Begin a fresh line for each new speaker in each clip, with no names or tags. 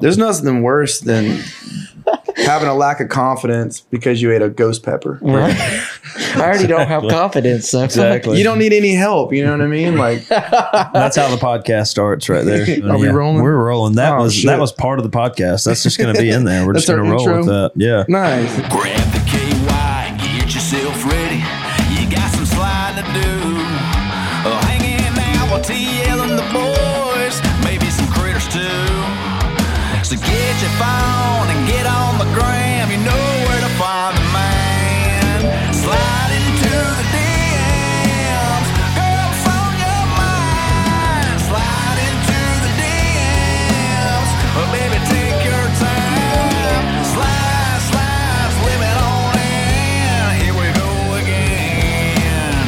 There's nothing worse than having a lack of confidence because you ate a ghost pepper.
Right. I already don't have confidence. So.
Exactly.
You don't need any help. You know what I mean? Like,
That's how the podcast starts, right there.
Are we rolling?
We're rolling. That
Oh,
was
shit.
that was part of the podcast. That's just going to be in there. We're just
That's
going
our
to roll
intro?
with that. Yeah.
nice.
Grab the KY, get yourself ready. You got some sliding to do. Oh, hanging out with TL and the boys, maybe some critters too. So get your phone and get on the gram. You know where to find the man. Slide into the DMs, girls on your mind. Slide into the DMs, but baby take your time. Slide, slide, slip it on in. Here we go again.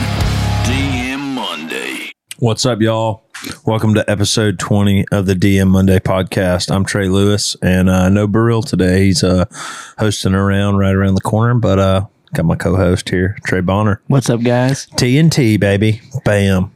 DM Monday.
What's up, y'all? Welcome to episode 20 of the DM Monday podcast. I'm Trey Lewis and uh, no Burrell today. He's uh, hosting around right around the corner, but uh, got my co host here, Trey Bonner.
What's up, guys?
TNT, baby. Bam.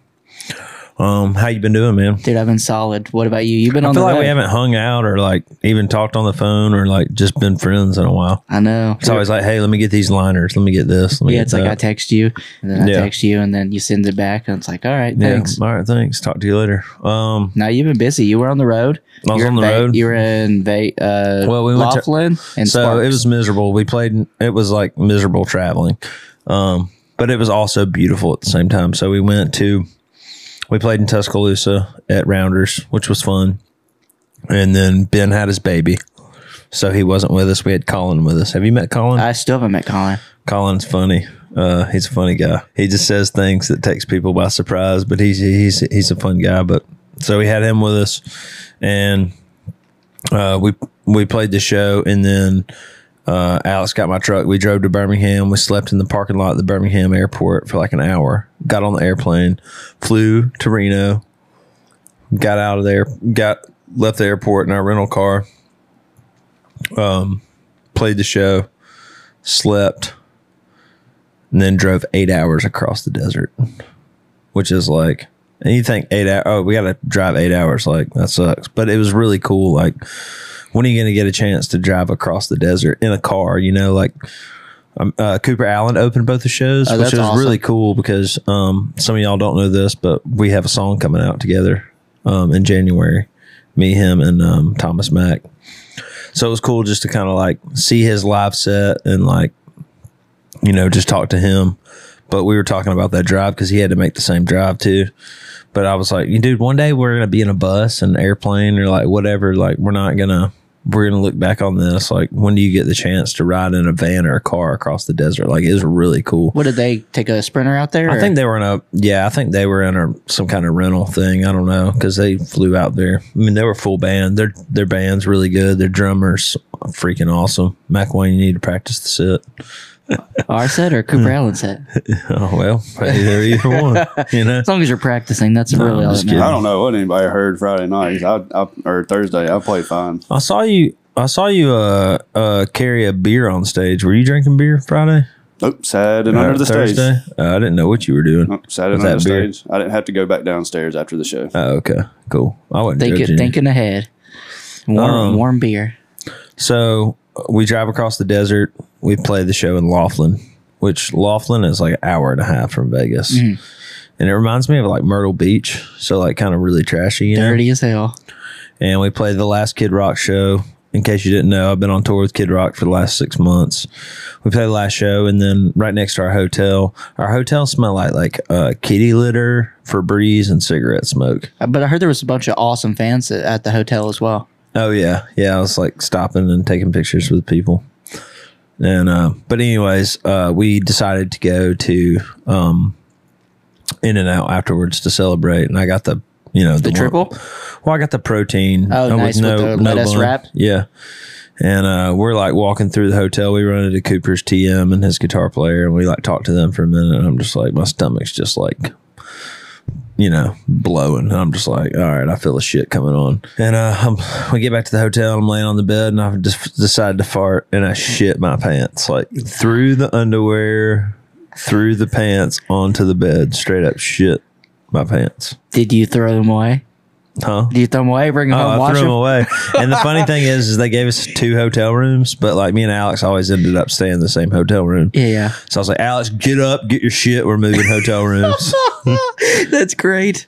Um, How you been doing, man?
Dude, I've been solid. What about you? You've been
I
on
feel
the
like
road.
we haven't hung out or like even talked on the phone or like just been friends in a while.
I know.
It's always like, hey, let me get these liners. Let me get this. Let me
yeah,
get
it's like
that.
I text you, and then I
Yeah.
text you, and then you send it back, and it's like, all right,
Yeah.
"Ah, thanks.
All right. Thanks. Talk to you later. Um,
Now you've been busy. You were on the road.
I was
You're
on
in
the
Va-
road.
You were in Va- uh,
Well,
well,
we went to-
Laughlin and
so
Sparks.
it was miserable. We played. It was like miserable traveling, um, but it was also beautiful at the same time. So we went to, we played in Tuscaloosa at Rounders, which was fun, and then Ben had his baby, so he wasn't with us. We had Colin with us. Have you met Colin?
I still haven't met Colin.
Colin's funny. Uh, he's a funny guy. He just says things that takes people by surprise, but he's he's he's a fun guy. But so we had him with us, and uh, we we played the show, and then uh, Alex got my truck. We drove to Birmingham. We slept in the parking lot at the Birmingham airport for like an hour. Got on the airplane, flew to Reno, got out of there, got left the airport in our rental car. Um, played the show, slept and then drove eight hours across the desert, which is like, and you think eight hours, oh, we got to drive eight hours. Like, that sucks. But it was really cool. Like, when are you going to get a chance to drive across the desert in a car? You know, like, um, uh, Cooper Allen opened both the shows,
Oh,
which
that's
was
awesome.
really cool because um, some of y'all don't know this, but we have a song coming out together um, in January. Me, him, and um, Thomas Mack. So it was cool just to kind of like see his live set and like, you know, just talk to him. But we were talking about that drive because he had to make the same drive too. But I was like, dude, one day we're gonna be in a bus, an airplane, or like whatever. Like we're not gonna we're gonna look back on this. Like when do you get the chance to ride in a van or a car across the desert? Like it was really cool.
What did they take a sprinter out there?
I
or-
think they were in a yeah. I think they were in a some kind of rental thing. I don't know because they flew out there. I mean, they were full band. Their their band's really good. Their drummers freaking awesome. Mac Wayne, you need to practice the set.
our set or Cooper Allen set.
Oh well, either either one. You know,
As long as you're practicing, that's really all
just
that
kidding.
I
matters.
don't know what anybody heard Friday night. I, I or Thursday. I played fine.
I saw you. I saw you uh, uh, carry a beer on stage. Were you drinking beer Friday?
Nope, sad and
Or
under the
Thursday?
stage. Uh-huh.
Uh, I didn't know what you were doing.
Nope, sad
Was
and
that
under the
beer?
stage. I didn't have to go back downstairs after the show.
Oh, okay, cool. I wasn't
Think
judging you.
thinking ahead. Warm,
Um,
warm beer.
So uh, we drive across the desert. We play the show in Laughlin, which Laughlin is like an hour and a half from Vegas,
Mm-hmm.
and it reminds me of like Myrtle Beach. So like kind of really trashy, you know.
Dirty as hell.
and we played the last Kid Rock show. In case you didn't know, I've been on tour with Kid Rock for the last six months. We played the last show, and then right next to our hotel, our hotel smelled like like uh, kitty litter, Febreze, and cigarette smoke.
Uh, But I heard there was a bunch of awesome fans at- at the hotel as well.
Oh yeah, yeah. I was like stopping and taking pictures with people, and uh, but anyways, uh, we decided to go to um, In and Out afterwards to celebrate, and I got the you know
The
one-
triple?
Well, I got the protein.
Oh,
uh,
nice, with the lettuce wrap?
Yeah. And uh, we're like walking through the hotel. We run into Cooper's TM and his guitar player, and we like talk to them for a minute. And I'm just like, my stomach's just like, you know, blowing. And I'm just like, all right, I feel the shit coming on. And uh, i we get back to the hotel. and I'm laying on the bed, and I've just decided to fart, and I shit my pants like through the underwear, through the pants onto the bed, straight up shit my pants.
Did you throw them away?
Huh?
Do you throw them away? Bring them
Oh,
home.
I
Wash
threw
them.
them away. And the funny thing is, is they gave us two hotel rooms, but like me and Alex always ended up staying in the same hotel room.
Yeah, yeah.
So I was like, Alex, get up, get your shit. We're moving hotel rooms.
That's great.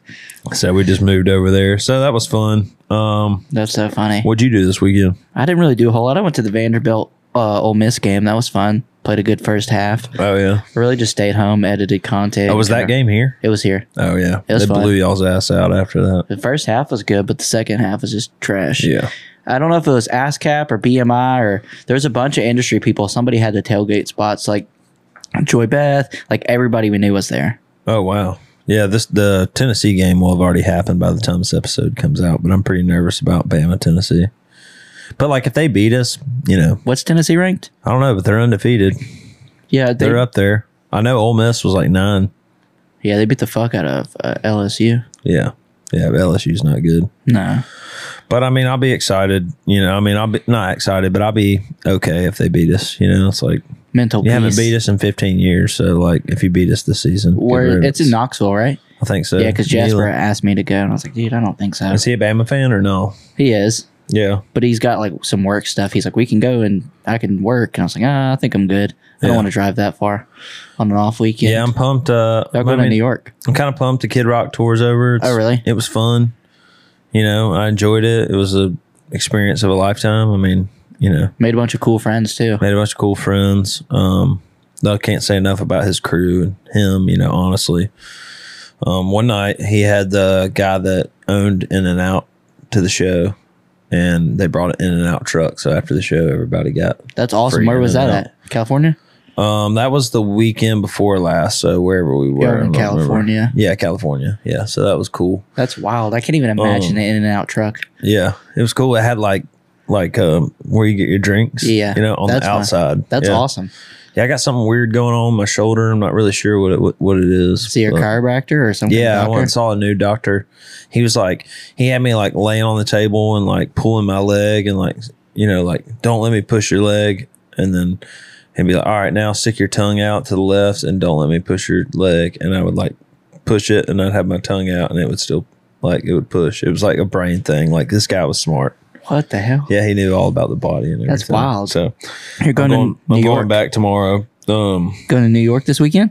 so we just moved over there. So that was fun. Um,
That's so funny.
what'd you do this weekend?
I didn't really do a whole lot. I went to the Vanderbilt uh, Ole Miss game. That was fun. Played a good first half.
Oh yeah.
Really just stayed home, edited content.
Oh, was that
Kinda-
game here?
It was here.
Oh yeah.
It was
they
fun.
blew y'all's ass out after that.
The first half was good, but the second half was just trash.
Yeah.
I don't know if it was ASCAP or BMI or there's a bunch of industry people. Somebody had the tailgate spots like Joy Beth, like everybody we knew was there.
Oh wow. Yeah, this the Tennessee game will have already happened by the time this episode comes out, but I'm pretty nervous about Bama, Tennessee. But like if they beat us, you know,
What's Tennessee ranked?
I don't know, but they're undefeated.
Yeah, they,
They're up there. I know Ole Miss was like nine.
Yeah, they beat the fuck out of uh, LSU.
Yeah. Yeah, but LSU's not good.
No,
But I mean, I'll be excited. You know, I mean, I'll be not excited, but I'll be okay if they beat us. You know, it's like
mental.
you haven't
peace.
beat us in 15 years. So, like, if you beat us this season, get rid
Where
of
it's
us.
in Knoxville, right?
I think so.
Yeah, because Jasper
Neyland.
asked me to go, and I was like, dude, I don't think so.
Is he a Bama fan or no?
He is,
Yeah.
but he's got like some work stuff. He's like, we can go and I can work, and I was like, ah, I think I'm good. I
Yeah.
don't want to drive that far on an off weekend.
Yeah, I'm pumped. Uh,
Y'all
I
going to
mean,
New York?
I'm kind of pumped. The Kid Rock tour's over. It's-
Oh, really?
It was fun. You know, I enjoyed it. It was a experience of a lifetime. I mean, you know,
Made a bunch of cool friends too.
made a bunch of cool friends. Um, though I can't say enough about his crew and him. You know, honestly, um, one night he had the guy that owned In and Out to the show, and they brought an In and Out truck. So after the show, everybody got.
That's awesome.
Free
Where was
in
that
and
at? California?
Um, that was the weekend before last. So wherever we were
Yeah, in
I don't remember.
California.
yeah, California, yeah. So that was cool.
That's wild. I can't even imagine
Um,
the In and Out truck.
Yeah, it was cool. It had like like um where you get your drinks.
Yeah,
you know, on the
that's fine.
outside.
That's
Yeah.
awesome.
Yeah, I got something weird going on with my shoulder. I'm not really sure what it what, what it is.
See your
but-
chiropractor or something?
Yeah, I
doctor?
went and saw a new doctor. He was like, he had me like laying on the table and like pulling my leg and like, you know, like, don't let me push your leg. And then he'd be like, all right, now stick your tongue out to the left and don't let me push your leg. And I would like push it and I'd have my tongue out and it would still like, it would push. It was like a brain thing. Like, this guy was smart.
What the hell?
Yeah, he knew all about the body and everything.
That's wild.
So
You're going,
I'm going,
to New
I'm
York?
going back tomorrow. Um,
Going to New York this weekend?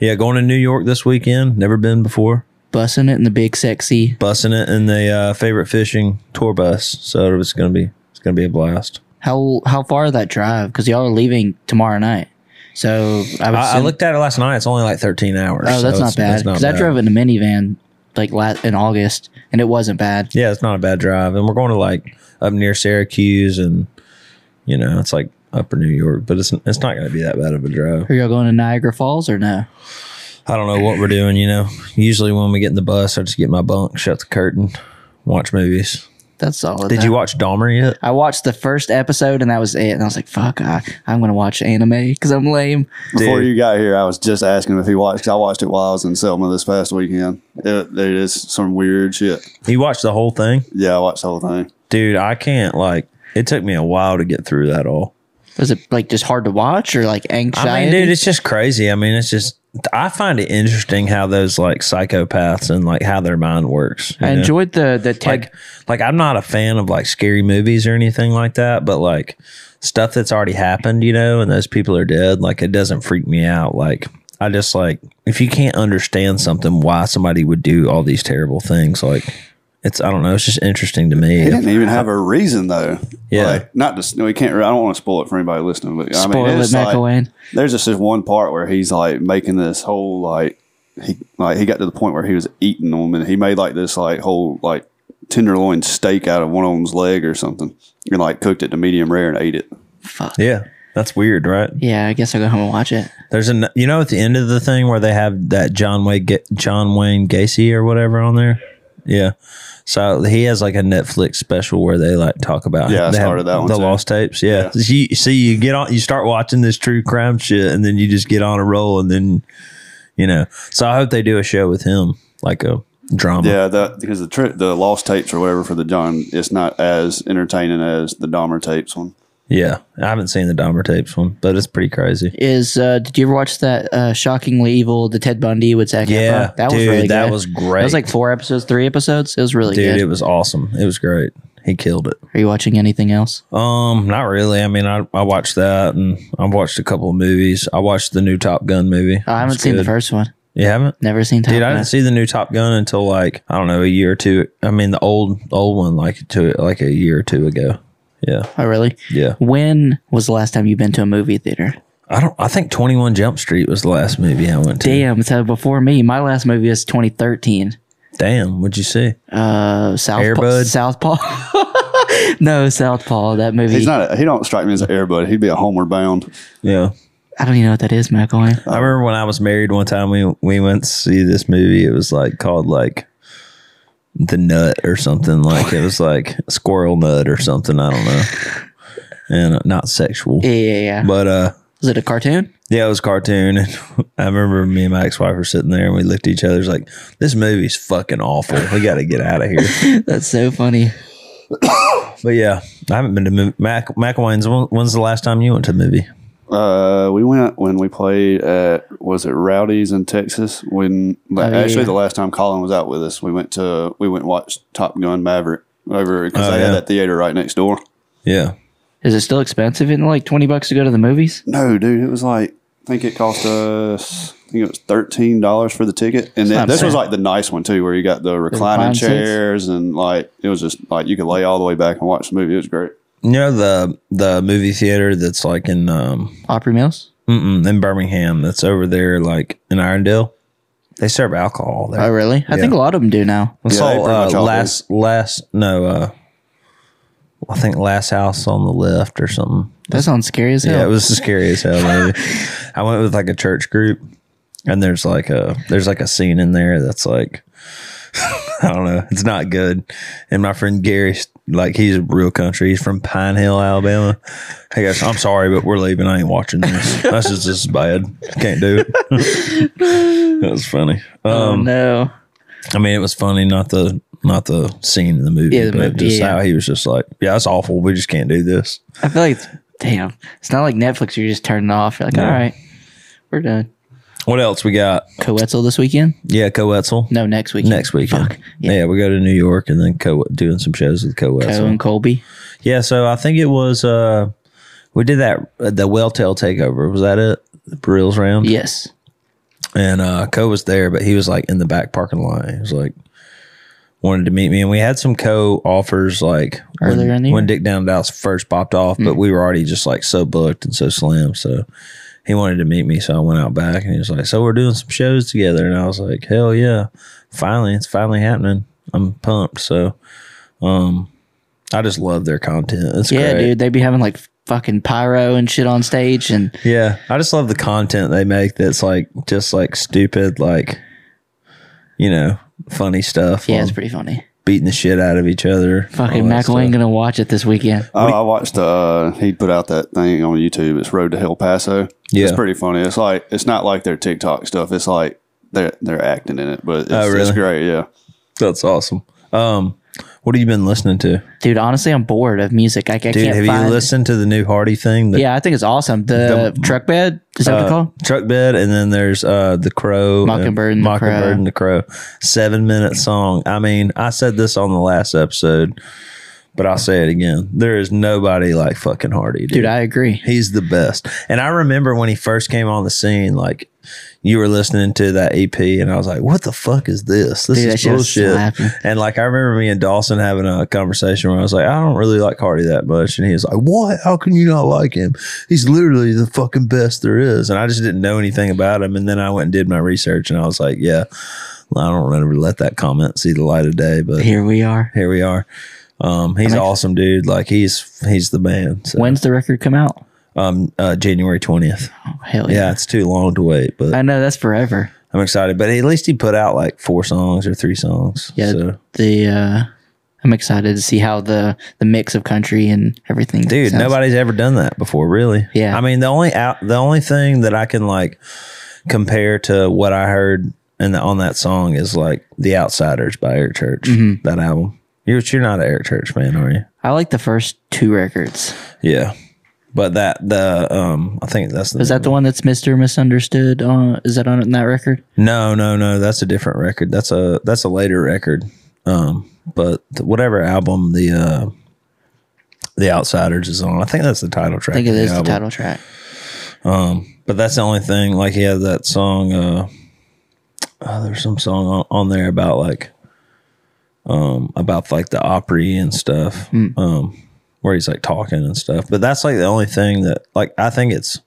yeah, going to New York this weekend. Never been before.
Bussing it in the big sexy.
bussing it in the uh, favorite fishing tour bus. So it's gonna be it's gonna be a blast.
How how far that drive? Because y'all are leaving tomorrow night. So I would.
I, I
assume-
looked at it last night. It's only like thirteen hours.
Oh,
so
that's not
it's-
bad.
it's not
Because I
bad.
drove in a minivan like la in August, and it wasn't bad.
Yeah, it's not a bad drive, and we're going to like up near Syracuse, and you know it's like upper New York, but it's it's not gonna be that bad of a drive.
Are y'all going to Niagara Falls or no?
I don't know what we're doing. You know, usually when we get in the bus, I just get my bunk, shut the curtain, watch movies.
That's solid.
Did
though.
you watch Dahmer yet?
I watched the first episode, and that was it. And I was like, "Fuck, I, I'm gonna watch anime because I'm lame."
Before
Dude.
you got here, I was just asking if he watched. 'cause I watched it while I was in Selma this past weekend. It, it is some weird shit.
You watched the whole thing,
Yeah, I watched the whole thing.
dude. I can't like. It took me a while to get through that all.
Was it like just hard to watch or like anxiety?
I mean, dude, it's just crazy. I mean, it's just I find it interesting how those like psychopaths and like how their mind works. you
I
know?
enjoyed the the tech.
like like I'm not a fan of like scary movies or anything like that, but like stuff that's already happened, you know, and those people are dead, like it doesn't freak me out. Like I just like if you can't understand something why somebody would do all these terrible things, like it's I don't know, it's just interesting to me.
He didn't even have a reason though.
Yeah.
like, not just no. He can't. re- I don't want to spoil it for anybody listening, but
Spoil
I mean,
it,
it's like,
McElwain.
there's just this one part where he's like making this whole like he like he got to the point where he was eating them and he made like this like whole like tenderloin steak out of one of them's leg or something and like cooked it to medium rare and ate it.
Yeah. That's weird, right?
Yeah, I guess I'll go home and watch it.
There's an you know at the end of the thing where they have that John Wayne Ga- John Wayne Gacy or whatever on there. Yeah. So he has like a Netflix special where they like talk about
Yeah, I
they have
started that one
the
too.
lost tapes. Yeah. You, see you get on you start watching this true crime shit and then you just get on a roll and then you know. So I hope they do a show with him like a drama.
Yeah, that because the tri- the lost tapes or whatever for the John, it's not as entertaining as the Dahmer tapes one.
Yeah, I haven't seen the Dahmer tapes one, but it's pretty crazy.
Is uh, did you ever watch that uh, shockingly evil the Ted Bundy with Zach?
Yeah,
Efron? that was
dude,
really
that
good.
was
That
great.
was like four episodes, three episodes. It was really
dude,
good.
it was awesome. It was great. He killed it.
Are you watching anything else?
Um, not really. I mean, I I watched that, and I watched a couple of movies. I watched the new Top Gun movie.
I haven't seen the first one.
You haven't?
Never seen Top
Dude, I
Gun.
didn't see the new Top Gun until like I don't know a year or two. I mean, the old old one like to like a year or two ago. Yeah,
oh, really?
yeah.
When was the last time you've been to a movie theater?
I don't. I think Twenty One Jump Street was the last movie I went to.
Damn, so before me, my last movie was 2013.
Damn, what'd you see?
Uh,
Air
Southpaw.
Bud?
Southpaw. no, Southpaw. That movie.
He's not. A, he don't strike me as an airbud. He'd be a homeward bound.
Yeah,
I don't even know what that is, McElwain.
I remember when I was married one time we we went to see this movie. It was like called like the Nut or something. Like it was like Squirrel Nut or something. I don't know. And uh, not sexual,
Yeah, yeah, yeah.
but uh,
was it a cartoon?
Yeah, it was a cartoon. And I remember me and my ex wife were sitting there and we looked at each other. It's like, this movie's fucking awful. We got to get out of here.
That's so funny.
But yeah, I haven't been to mov- Mac McElwain's. When, when's the last time you went to a movie?
Uh, we went when we played at was it Rowdies in Texas when like,
Oh, yeah,
actually
yeah.
the last time Colin was out with us we went to we went and watched Top Gun Maverick over because
Oh,
they
yeah.
had that theater right next door.
Yeah.
Is it still expensive? Isn't it like 20 bucks to go to the movies?
No, dude, it was like I think it cost us I think it was thirteen dollars for the ticket, and
not
then, this was
bad.
like the nice one too, where you got the reclining
reclining seats?
chairs and like it was just like you could lay all the way back and watch the movie. It was great.
You know the the movie theater that's like in um
Opry Mills?
mm-mm, in Birmingham that's over there like in Irondale. They serve alcohol there.
Oh, really? I
Yeah.
think a lot of them do now.
I
Yeah, they
saw
pretty much
uh,
all do.
last last no uh I think last house on the left or something.
That sounds scary as hell.
Yeah, it was scary as hell. Maybe. I went with like a church group, and there's like a there's like a scene in there that's like I don't know, it's not good. And my friend Gary, like he's real country. He's from Pine Hill, Alabama. He goes, "I'm sorry, but we're leaving. I ain't watching this. That's just this is bad. Can't do it." that was funny.
oh,
Um,
no.
I mean, it was funny, not the not the scene in the movie,
Yeah, the
but
movie,
just
yeah.
how he was just like, "Yeah, that's awful. We just can't do this."
I feel like, it's, damn, it's not like Netflix. You're just turning it off. You're like, all right, we're done.
What else we got?
Coetzel this weekend?
Yeah, Coetzel.
No, next weekend.
next weekend.
Fuck.
Yeah.
Yeah.
we go to New York and then co doing some shows with co
Co and Colby.
Yeah, so I think it was uh we did that uh, the Welltail takeover. Was that it? The Brills round.
Yes.
And uh Co was there, but he was like in the back parking lot. He was like wanted to meet me and we had some co offers like when-
Earlier in the
when
year? Mm.
Dick Down Doubts first popped off, but we were already just like so booked and so slammed. So he wanted to meet me, so I went out back and he was like, So we're doing some shows together and I was like, Hell yeah. Finally, it's finally happening. I'm pumped. So um I just love their content. It's
Yeah,
great.
dude. They'd be having like fucking pyro and shit on stage. And
Yeah, I just love the content they make. That's like just like stupid, like you know, funny stuff.
yeah,
on Oh,
it's pretty funny.
beating the shit out of each other.
Fucking
all that
McElwain
stuff.
gonna watch it this weekend.
Oh, I watched. Uh, he put out that thing on YouTube. It's Road to El Paso.
Yeah.
it's pretty funny. It's like it's not like their TikTok stuff. It's like they're they're acting in it, but it's,
Oh,
it's
really?
great. Yeah,
That's awesome. Um, what have you been listening to,
Dude, honestly, I'm bored of music. Like, I
dude?
can't
Have
find.
you listened to the new Hardy thing? The,
Yeah, I think it's awesome. The, truck bed is that what
uh,
they're called?
Truck Bed, and then there's uh the Crow,
Mockingbird and the
Mockingbird
Crow.
and the Crow, seven minute song. I mean, I said this on the last episode, but I'll say it again. There is nobody like fucking Hardy, dude.
Dude, I agree.
He's the best. And I remember when he first came on the scene, like you were listening to that EP, and I was like, "What the fuck is this? This
Dude, that
is
shit was
bullshit."
slapping.
And like I remember me and Dawson having a conversation where I was like, "I don't really like Hardy that much," and he was like, "What? How can you not like him? He's literally the fucking best there is." And I just didn't know anything about him. And then I went and did my research, and I was like, "Yeah, I don't remember let that comment see the light of day, but here,
Here we are.
we are." Um, he's awesome, dude. Like he's he's the man. So,
When's the record come out?
um, uh, January twentieth.
Oh, hell yeah.
Yeah, it's too long to wait, but
I know that's forever.
I'm excited. But at least he put out like four songs or three songs.
Yeah.
So.
The uh I'm excited to see how the the mix of country and everything.
Dude,
sounds.
nobody's ever done that before, really.
Yeah.
I mean, the only out, the only thing that I can like compare to what I heard in the, on that song is like "The Outsiders" by Eric Church.
Mm-hmm.
That album. You're you're not an Eric Church fan, are you?
I like the first two records.
Yeah. But that the um, I think that's the
Is that the one that's Mister Misunderstood? Uh, is that on that record?
No, no, no. That's a different record. That's a that's a later record. Um, but th- whatever album the uh, the Outsiders is on, I think that's the title
I
track.
think it
of
is the
album.
title track.
But that's the only thing. Like he had that song. Uh, uh, there's some song on, on there about like um about like the Opry and stuff. Um, where he's like talking and stuff. But that's like the only thing that like I think it's.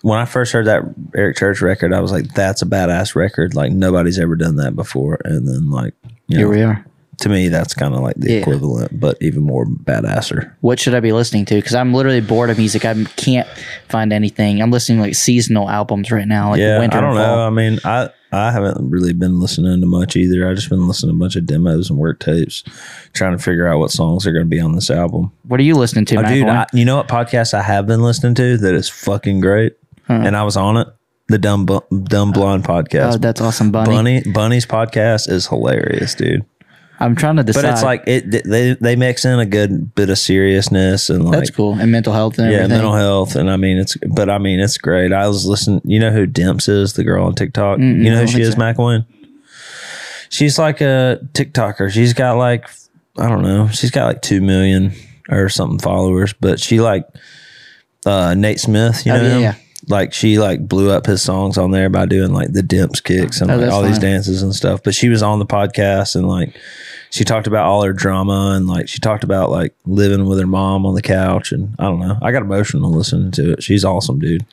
When I first heard that Eric Church record, I was like, "That's a badass record! Like nobody's ever done that before." And then, like, you
Here
know,
we are.
to me, that's kind of like the
Yeah.
equivalent, but even more badasser.
What should I be listening to? Because I'm literally bored of music. I can't find anything. I'm listening to like seasonal albums right now, like
yeah,
winter
I don't
and
know.
fall.
I mean, I I haven't really been listening to much either. I've just been listening to a bunch of demos and work tapes, trying to figure out what songs are going to be on this album.
What are you listening to,
Oh, dude,
Matt?
I, you know what podcast I have been listening to that is fucking great, and I was on it. The dumb Bu- dumb blonde
Oh,
podcast.
that's awesome, Bunny.
Bunny Bunny's podcast is hilarious, dude.
I'm trying to decide.
But it's like it they they mix in a good bit of seriousness and like
that's cool and mental health and
yeah,
everything.
mental health, and I mean it's, but I mean it's great. I was listening. You know who Demps is, the girl on TikTok. you know
I
who
don't
she
think
is,
so.
Macwin. She's like a TikToker. She's got like I don't know. She's got like two million or something followers, but she like uh, Nate Smith. You
Oh,
know,
yeah,
him?
yeah.
like she like blew up his songs on there by doing like the Demps kicks and
Oh,
like,
that's
all these
fine.
dances and stuff. But she was on the podcast and like she talked about all her drama and like she talked about like living with her mom on the couch and I don't know. I got emotional listening to it. She's awesome, dude.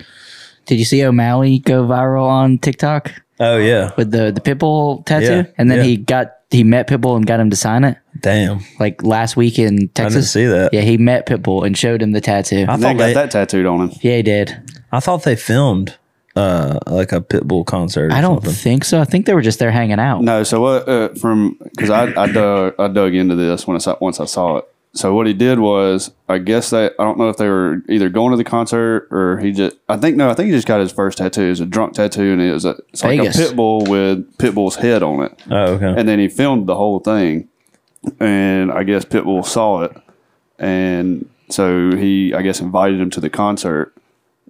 Did you see O'Malley go viral on TikTok
Oh yeah.
with the the Pitbull tattoo?
Yeah,
and then
yeah.
he got he met Pitbull and got him to sign it
Damn.
like last week in Texas.
see that.
Yeah, he met Pitbull and showed him the tattoo.
I
And they
thought
got
they,
that tattooed on him.
yeah, he did.
I thought they filmed uh like a Pitbull concert. Or
I don't
something.
think so. I think they were just there hanging out.
No, so what? Uh, from because I I dug I dug into this when I saw, once I saw it. So what he did was, I guess they I don't know if they were either going to the concert or he just I think no I think he just got his first tattoo. It's a drunk tattoo and it was a, it's like
Vegas.
a pit bull with pit bull's head on it.
Oh okay.
and then he filmed the whole thing and i guess pitbull saw it and so he i guess invited him to the concert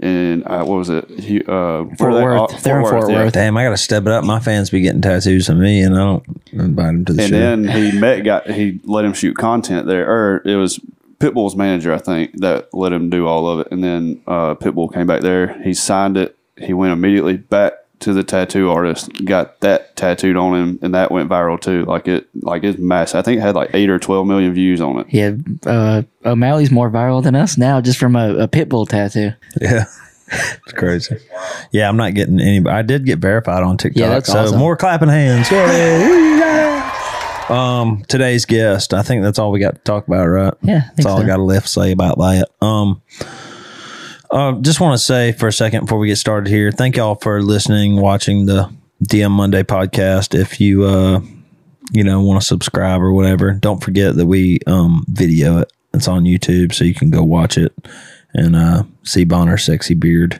and uh, what was it he, uh,
Fort Worth. They're in Fort Worth.
Damn, I gotta step it up. My fans be getting tattoos on me, and I don't invite them to the
and
show.
then he met got he let him shoot content there or it was pitbull's manager i think that let him do all of it and then uh, pitbull came back there he signed it he went immediately back to the tattoo artist got that tattooed on him and that went viral too like it like it's massive i think it had like 8 or 12 million views on it
Yeah, uh, O'Malley's more viral than us now, just from a, a Pitbull tattoo.
Yeah. It's crazy. Yeah, I'm not getting any. I did get verified on TikTok.
Yeah, that's
so
awesome.
more clapping hands. Yay. um, today's guest. I think that's all we got to talk about, right?
Yeah, I
that's
think
all I
so.
got left to say about that. Um, uh, just want to say for a second before we get started here, thank y'all for listening, watching the DM Monday podcast. If you uh, you know, want to subscribe or whatever, don't forget that we um video it. It's on YouTube, so you can go watch it and uh see Bonner's sexy beard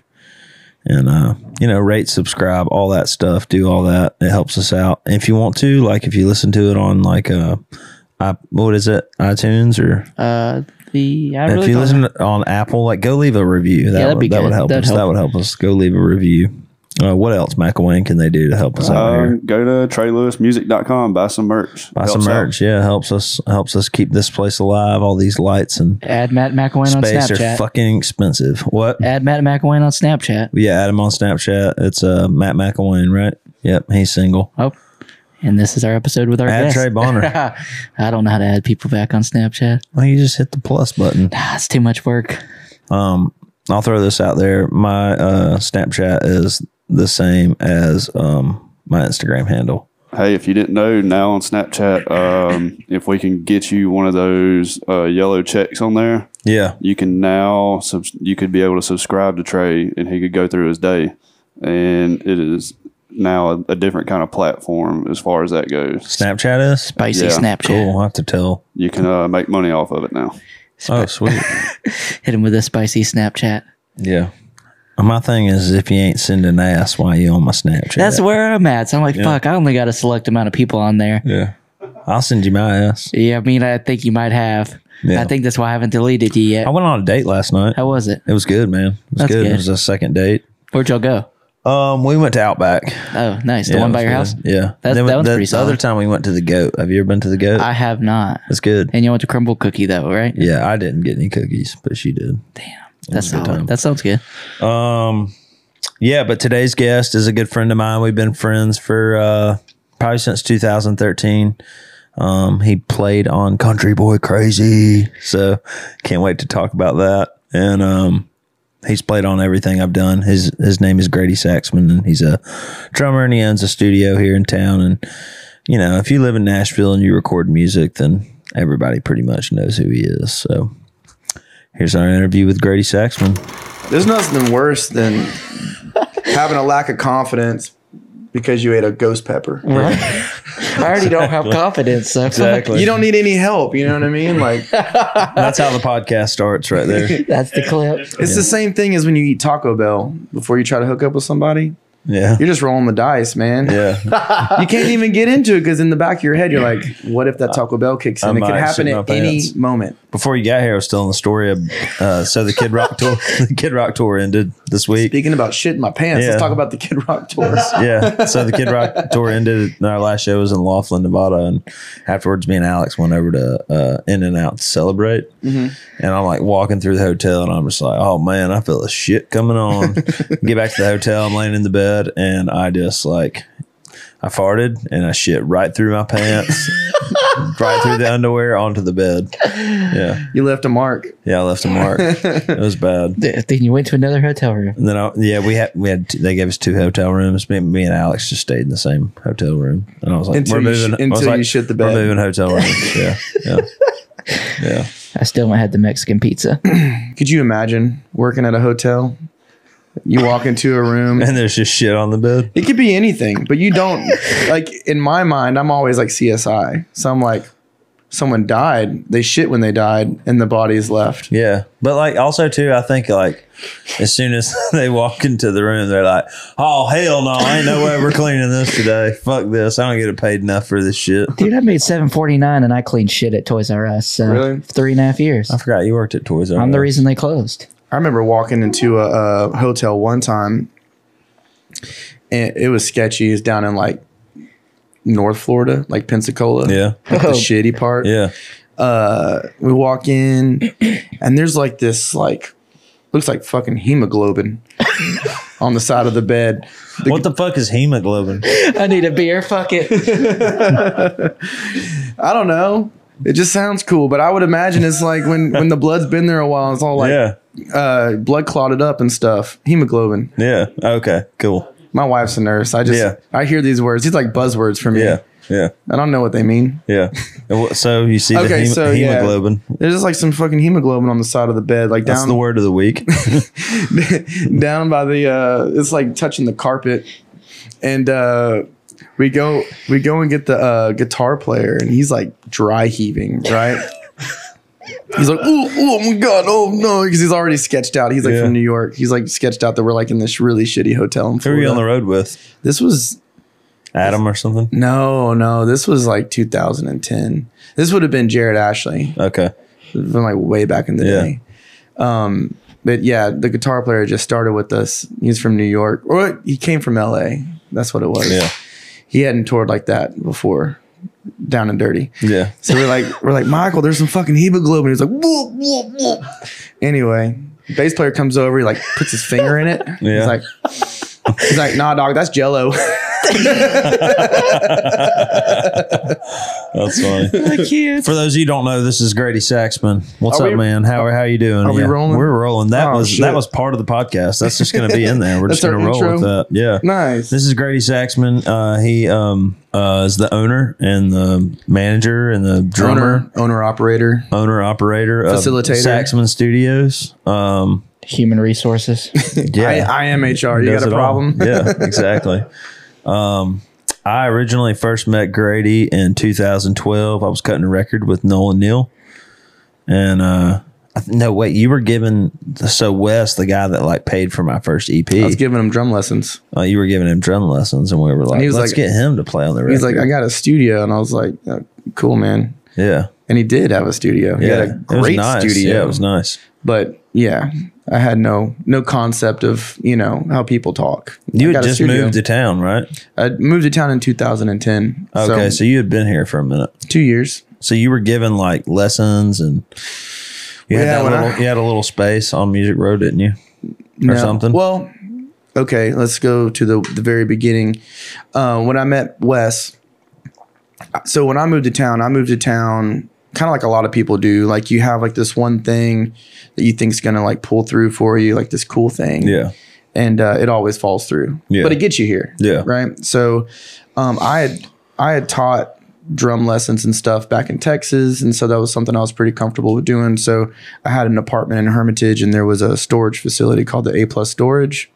and uh you know rate subscribe all that stuff do all that it helps us out if you want to like if you listen to it on like uh I, what is it itunes or
Uh, the I
if
really
you
don't
listen on apple like go leave a review that,
that'd
would,
be
that would
good.
help
That'd
us that
help.
would help us go leave a review uh, what else McElwain can they do to help us out
Um,
here
go to treylewismusic.com, buy some merch.
buy
Helps
some
out.
merch yeah helps us helps us keep this place alive all these lights and
add Matt McElwain on
space are
Snapchat.
fucking expensive what
add Matt McElwain on Snapchat.
yeah add him on Snapchat it's uh Matt McElwain right yep he's single
Oh, and this is our episode with our
add
guest.
Trey Bonner
I don't know how to add people back on Snapchat.
Well, you just hit the plus button.
Ah, it's too much work.
I'll throw this out there. My uh, Snapchat is the same as um, my Instagram handle.
Hey, if you didn't know, now on Snapchat, um, if we can get you one of those uh, yellow checks on there,
Yeah.
you can now subs- you could be able to subscribe to Trey, and he could go through his day. And it is now a, a different kind of platform as far as that goes.
Snapchat is
Spicy
Yeah,
Snapchat.
cool. I'll have to tell.
You can uh, make money off of it now.
Oh, sweet.
Hit him with a spicy Snapchat.
yeah. My thing is, if you ain't sending ass, why you on my Snapchat?
That's where I'm at. So I'm like, fuck, I only got a select amount of people on there.
yeah. I'll send you my ass.
Yeah, I mean, I think you might have.
Yeah.
I think that's why I haven't deleted you yet.
I went on a date last night.
How was it?
It was good, man. It was
That's
good.
good.
It was a second date.
Where'd y'all go?
Um, we went to Outback.
Oh, nice. The
Yeah,
one
it
by
was
your
good.
house?
Yeah.
That- that
Then we-
one's
the,
pretty
the other
solid.
time we went to the goat. Have you ever been to the goat?
I have not.
it's good.
And you went to Crumble Cookie though, right?
Yeah, I didn't get any cookies, but she did.
Damn. That's
a good
solid.
time.
That sounds good.
Um, yeah, but today's guest is a good friend of mine. We've been friends for uh, probably since 2013. Um, he played on Country Boy Crazy, so can't wait to talk about that. And um, he's played on everything I've done. His his name is Grady Saxman, and he's a drummer, and he owns a studio here in town. And you know, if you live in Nashville and you record music, then everybody pretty much knows who he is. So. Here's our interview with Grady Saxman.
There's nothing worse than having a lack of confidence because you ate a ghost pepper.
Right. I already don't have confidence, so
You don't need any help. You know what I mean? Like
That's how the podcast starts right there.
that's the clip.
it's the same thing as when you eat Taco Bell before you try to hook up with somebody.
Yeah.
You're just rolling the dice, man.
Yeah.
You can't even get into it because in the back of your head, you're like, "What if that Taco Bell kicks in?"
I
it could
might
happen
shit my
at any
pants.
moment.
Before you got here, I was still in the story of uh, so the Kid Rock tour the Kid Rock tour ended this week.
Speaking about shit in my pants,
Yeah.
let's talk about the Kid Rock tours.
Yeah. So the Kid Rock tour ended and our last show was in Laughlin, Nevada. And afterwards me and Alex went over to uh In and Out to celebrate. And I'm like walking through the hotel and I'm just like, Oh man, I feel a shit coming on. Get back to the hotel, I'm laying in the bed and I just like I farted and I shit right through my pants, right through the underwear onto the bed. Yeah.
you left a mark.
Yeah, I left a mark. it was bad.
Th- Then you went to another hotel room.
And then I, yeah, we had we had they gave us two hotel rooms. Me, me and Alex just stayed in the same hotel room, and I was like,
Until
"We're
you sh-
moving." I was
until
like,
you shit the
We're
bed."
moving hotel rooms. yeah, yeah, yeah.
I still haven't had the Mexican pizza.
Could you imagine working at a hotel? You walk into a room.
And there's just shit on the bed.
It could be anything, but you don't like in my mind, I'm always like CSI. So I'm like, someone died, they shit when they died, and the body is left.
Yeah, but like also too, I think like as soon as they walk into the room, they're like, "Oh hell no, ain't no way we're cleaning this today. Fuck this. I don't get paid enough for this shit."
Dude, I made seven forty nine and I cleaned shit at Toys R Us. So
Really?
Three and a half years.
I forgot you worked at Toys R.
I'm the
Us.
reason they closed.
I remember walking into a, a hotel one time, and it was sketchy. It's down in like North Florida, like Pensacola.
Yeah.
Like the
Oh.
shitty part.
Yeah,
We walk in, and there's like this, like, looks like fucking hemoglobin on the side of the bed.
what the fuck is hemoglobin?
I need a beer. Fuck it.
I don't know. It just sounds cool, but I would imagine it's like when when the blood's been there a while, it's all like
yeah,
uh, blood clotted up and stuff. Hemoglobin.
yeah. Okay, cool.
My wife's a nurse. I just
Yeah.
I hear these words. These like buzzwords for me.
Yeah, yeah,
I don't know what they mean.
yeah. And what- So you see the
Okay,
hem-
so, yeah.
hemoglobin.
There's just like some fucking hemoglobin on the side of the bed, like
That's
down
the word of the week.
down by the. Uh, it's like touching the carpet, and uh, we go we go and get the uh, guitar player, and he's like dry heaving, right? He's like, oh, oh my god, oh no, because he's already sketched out. He's like
Yeah.
from New York. He's like sketched out that we're like in this really shitty hotel in
Who are
Florida.
you on the road with?
this was
Adam or something?
no, no, this was like 2010. This would have been Jared Ashley
Okay.
from like way back in the
Yeah.
day. Um, but yeah, the guitar player just started with us. He's from New York, or he came from L.A. That's what it was.
Yeah.
he hadn't toured like that before, down and dirty.
Yeah.
So we're like, we're like, Michael, there's some fucking hemoglobin. He's like, whoop, whoop, whoop. Anyway, bass player comes over, he like puts his finger in it.
Yeah.
He's like, he's like, nah, dog, that's Jello.
That's funny.
Cute.
For those of you who don't know, this is Grady Saxman. What's
Are
up,
we-
man? How are how you doing?
are we rolling?
We're rolling. That
Oh,
was
shit.
that was part of the podcast. That's just going to be in there. We're just
That's
going
our
to roll
intro?
with that. Yeah.
nice.
This is Grady Saxman. Uh, he um, uh, is the owner and the manager and the drummer,
owner, owner operator.
owner operator,
Facilitator.
of Saxman Studios. Um,
Human resources.
yeah,
I, I am HR. You
does
got a
it all.
problem?
yeah, exactly. Um, I originally first met Grady in 2012. I was cutting a record with Nolan Neal, and uh, I th- no, wait, you were given so Wes, the guy that like paid for my first EP,
I was giving him drum lons.
uh, you were giving him drum lessons, and we were like,
he was
let's
like-
get him to play on the record.
He's like, I got a studio, and I was like, "Uh, cool, man.
yeah,
and he did have a studio. He had a
it was
great
nice.
studio.
Yeah, it was nice.
But yeah, I had no no concept of you know how people talk. I
You
got
had
a
just
studio.
moved to town, right?
I moved to town in 2010.
Okay, so,
so
you had been here for a minute.
two years.
So you were given like lessons and you had,
Yeah,
that
when
little,
I-
you had a little space on Music Road, didn't you? Or something?
Well, okay, let's go to the, the very beginning. Uh, when I met Wes, so when I moved to town, I moved to town kind of like a lot of people do. Like you have like this one thing that you think's gonna like pull through for you, like this cool thing.
Yeah.
and uh, it always falls through.
Yeah.
But it gets you here.
Yeah.
Right. So um, I had I had taught drum lessons and stuff back in Texas, and so that was something I was pretty comfortable with doing. So I had an apartment in Hermitage, and there was a storage facility called the A Plus Storage.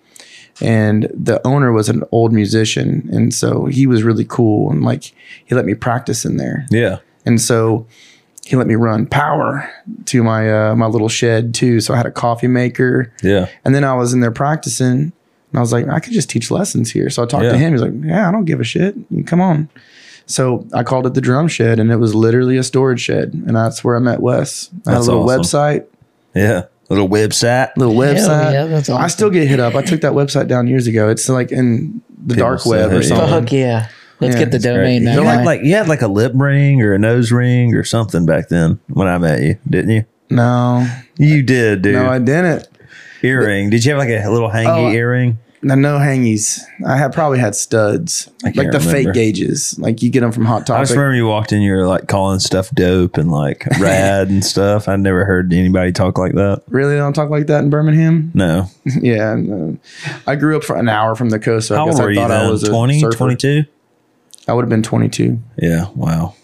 And the owner was an old musician, and so he was really cool, and like he let me practice in there.
Yeah.
And so he let me run power to my uh, my little shed too. So I had a coffee maker.
Yeah.
And then I was in there practicing and I was like, I could just teach lessons here. So I talked
Yeah.
to him. He's like, Yeah, I don't give a shit. Come on. So I called it the drum shed and it was literally a storage shed. And that's where I met Wes. I had a
That's
little
awesome.
website,
Yeah. Little website.
little website.
yeah, that's
I still get hit up. I took that website down years ago. It's like in the
People
dark
still
web or
hit you up.
something.
Fuck yeah. Let's
Yeah,
get the
it's
domain
You
now.
had like you had like a lip ring or a nose ring or something back then when I met you, didn't you?
No,
You did, dude.
no, I didn't.
earring. Did you have like a little hangy
Oh, I-
earring?
No, no hangies. I had probably had studs, like
can't
the
remember.
fake gauges. Like you get them from Hot
I
Topic.
just remember you walked in, you were like calling stuff dope and like rad and stuff. I'd never heard anybody talk like that.
really don't talk like that in Birmingham.
No.
Yeah, and, uh, I grew up for an hour from the coast, so I
How
guess
old were
I
you
thought I
then?
was a
20,
surfer.
22?
I would have been 22.
Yeah. Wow.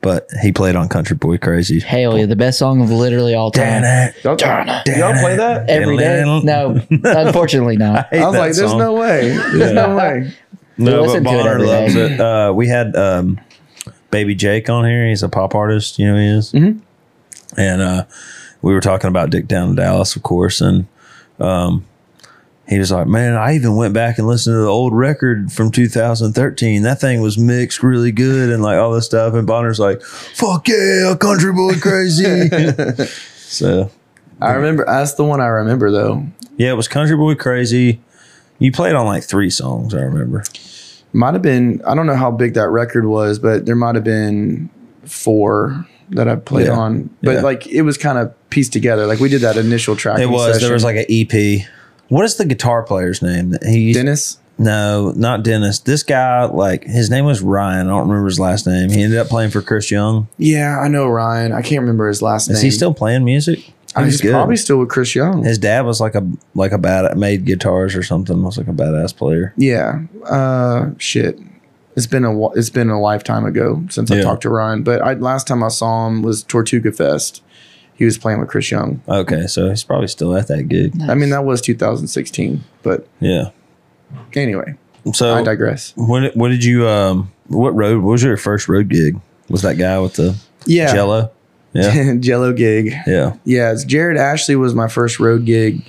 But he played on Country Boy Crazy.
Hell yeah, the best song of literally all time.
Damn it.
Y'all, y'all play that?
Every day. No, unfortunately not.
hate
I was
that
like, there's
song.
no way. There's no way.
No,
listen
but
to it
Bonner
every day.
loves it. Uh, we had um, Baby Jake on here. He's a pop artist. You know who he is. And uh, we were talking about Dick Down in Dallas, of course, and um, he was like, "Man, I even went back and listened to the old record from 2013. That thing was mixed really good, and like all this stuff." And Bonner's like, "Fuck yeah, country boy, crazy." so
I remember that's the one I remember though.
yeah, it was country boy, crazy. You played on like three songs, I remember.
Might have been I don't know how big that record was, but there might have been four that I played
Yeah.
on. But
Yeah.
like it was kind of pieced together. Like we did that initial track.
It was. There was like an EP. What is the guitar player's name? that He used-
E Dennis.
No, not Dennis. This guy, like his name was Ryan. I don't remember his last name. He ended up playing for Chris Young.
Yeah, I know Ryan. I can't remember his last
Is
name.
he still playing music?
I
He's
he's probably still with Chris Young.
his dad was like a like a bad made guitars or something. Was like a badass player.
Yeah. Uh, shit. It's been a wa- it's been a lifetime ago since
Yeah.
I talked to Ryan, but I, last time I saw him was Tortuga Fest. He was playing with Chris Young.
Okay, so he's probably still at that gig.
I mean, that was 2016, but
Yeah.
anyway, I
So
digress.
when what did you um what road what was your first road gig? Was that guy with the
Yeah.
cello? Yeah.
Jello gig.
Yeah.
Yeah, it's Jared Ashley was my first road gig.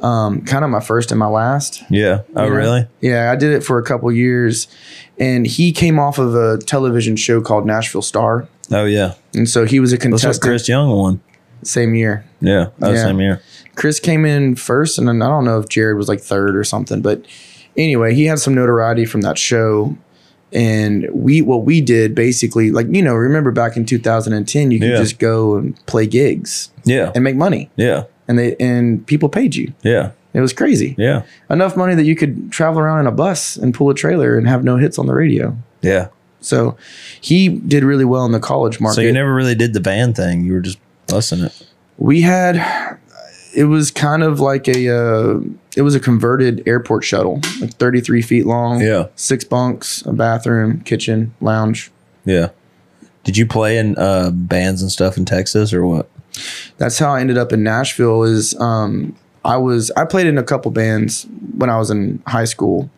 Um, kind of my first and my last.
Yeah. Oh
you know?
really?
Yeah, I did it for a couple years, and he came off of a television show called Nashville Star,
Oh yeah.
and so he was a
That's what
contestant
Chris Young won.
same year.
Yeah. Oh
Yeah.
same year.
Chris came in first, and then I don't know if Jared was like third or something. But anyway, he had some notoriety from that show. And we, what we did basically, like, you know, remember back in 2010, you could
Yeah.
just go and play gigs
Yeah.
and make money.
Yeah.
And they, and people paid you.
Yeah.
It was crazy.
Yeah.
Enough money that you could travel around in a bus and pull a trailer and have no hits on the radio.
Yeah.
So he did really well in the college market.
So you never really did the band thing. You were just busting it.
we had it was kind of like a uh, it was a converted airport shuttle like 33 feet long
Yeah.
six bunks a bathroom kitchen lounge
Yeah. Did you play in uh, bands and stuff in Texas or what?
that's how i ended up in nashville is um, i was i played in a couple bands when i was in high school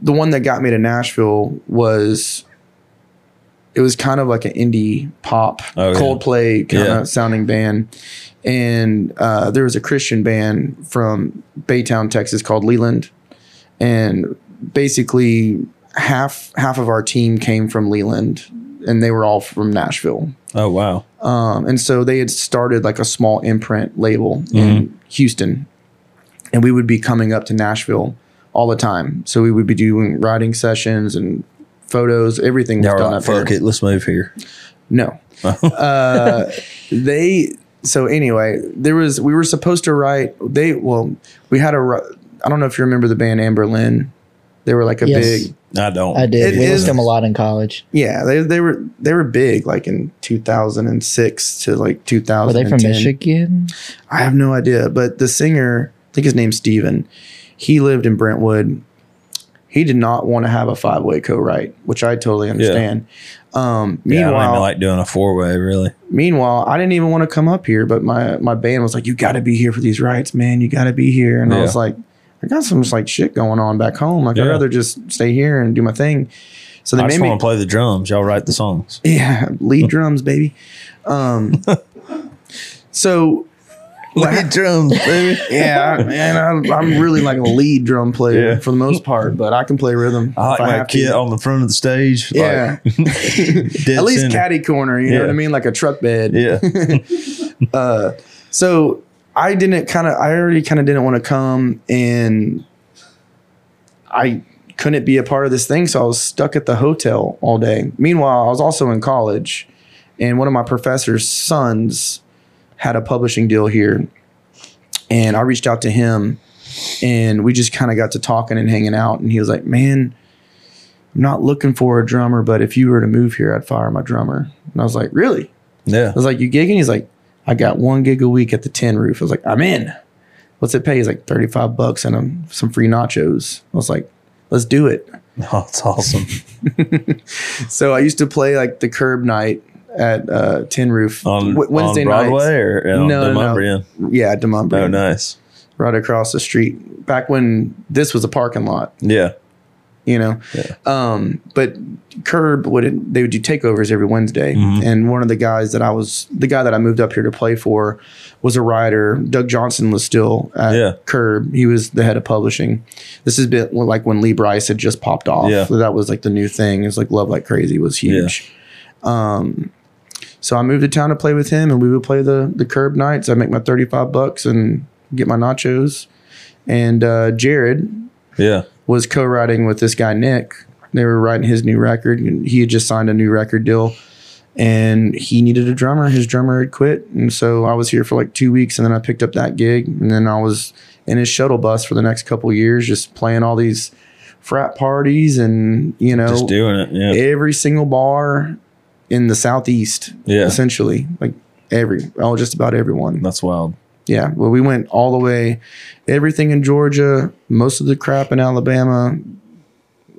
the one that got me to nashville was it was kind of like an indie pop
Oh, yeah.
coldplay kind
Yeah.
of sounding band and uh, there was a Christian band from Baytown, Texas called Leland. And basically, half half of our team came from Leland, and they were all from Nashville.
Oh wow.
Um, and so they had started like a small imprint label
Mm-hmm.
in Houston, and we would be coming up to Nashville all the time. So we would be doing writing sessions and photos. Everything was
Y'all were
done
like,
up
fuck
here.
it, let's move here.
No, uh, they. So anyway, there was we were supposed to write. They well, we had a. ri- I don't know if you remember the band Amber Lynn. They were like a
Yes.
big.
I don't.
I did.
It
we
is-
used them a lot in college.
Yeah, they they were they were big like in 2006 to like
Were
2010.
they from Michigan?
I have no idea, but the singer, I think his name's Steven, he lived in Brentwood. He did not want to have a five way co write, which I totally understand. Um,
Yeah, I don't
meanwhile,
even like doing a four way really.
meanwhile, I didn't even want to come up here, but my my band was like, "You got to be here for these rights, man. You got to be here." And I
Yeah.
was like, "I got some just like shit going on back home. Like I'd
Yeah.
rather just stay here and do my thing." So they
I
made
just
me
want to play the drums. Y'all write the songs.
yeah, lead drums, baby. Um, so
Lead drums, baby.
yeah, I- man, I, I'm really like a lead drum player
Yeah.
for the most part, but I can play rhythm.
I like
if
my
have to.
kid on the front of the stage. like,
Yeah,
dead
at least
center.
caddy corner. You know
Yeah.
what I mean, like a truck bed.
Yeah.
Uh, so I didn't kind of. I already kind of didn't want to come, and I couldn't be a part of this thing, so I was stuck at the hotel all day. Meanwhile, I was also in college, and one of my professor's sons had a publishing deal here, and I reached out to him, and we just kind of got to talking and hanging out, and he was like, "Man." I'm not looking for a drummer, but if you were to move here, I'd fire my drummer. And I was like, really?
Yeah.
I was like, "You gigging?" He's like, "I got one gig a week at the Tin Roof." I was like, "I'm in." What's it pay? He's like, thirty-five bucks and um, some free nachos. I was like, "Let's do it."
Oh, it's awesome.
So I used to play like the curb night at uh, Tin Roof
On,
Wed-
Wednesday on Broadway or
No,
on
no,
the
no.
Mumbrian?
nights. Yeah, at Demumbre,
Oh, nice.
right across the street. Back when this was a parking lot,
Yeah.
you know. Um, but Curb would they would do takeovers every Wednesday,
Mm-hmm.
and one of the guys that I was the guy that I moved up here to play for was a writer. Doug Johnson was still at
Yeah.
Curb. He was the head of publishing. This has been like when Lee Bryce had just popped off.
Yeah.
That was like the new thing. It's like Love Like Crazy was huge. Um, so I moved to town to play with him, and we would play the the Curb nights. I make my thirty five bucks and get my nachos. And uh, Jared,
Yeah.
was co-writing with this guy Nick. They were writing his new record, and he had just signed a new record deal, and he needed a drummer. His drummer had quit, and so I was here for like two weeks, and then I picked up that gig, and then I was in his shuttle bus for the next couple years, just playing all these frat parties, and you know,
Just doing it. Yeah.
every single bar in the southeast,
Yeah.
essentially, like every, oh, just about everyone.
That's wild.
Yeah, well, we went all the way, everything in Georgia, most of the crap in Alabama,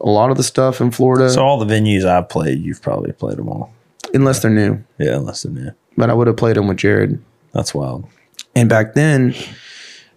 a lot of the stuff in Florida,
So all the venues I've played, you've probably played them all.
unless they're new.
Yeah, unless they're new.
But I would have played them with Jared.
That's wild.
And back then,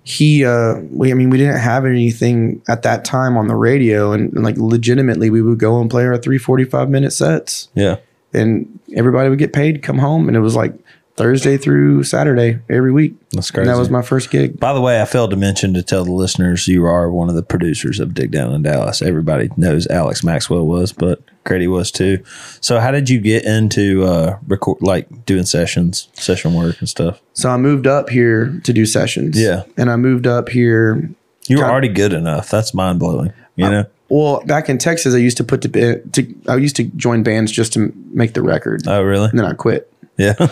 he, uh, we, I mean, we didn't have anything at that time on the radio, and, and like legitimately, we would go and play our three forty-five minute sets,
Yeah.
and everybody would get paid, come home, and it was like Thursday through Saturday every week.
That's
And
crazy.
that was my first gig.
By the way, I failed to mention to tell the listeners you are one of the producers of Dig Down in Dallas. Everybody knows Alex Maxwell was, but Grady was too. So, how did you get into uh, record, like doing sessions, session work and stuff?
So I moved up here to do sessions.
Yeah.
And I moved up here
You were
Kind-
already good enough. That's mind blowing. You know?
Well, back in Texas, I used to put to, to I used to join bands just to make the record,
Oh, really?
and then I quit.
Yeah.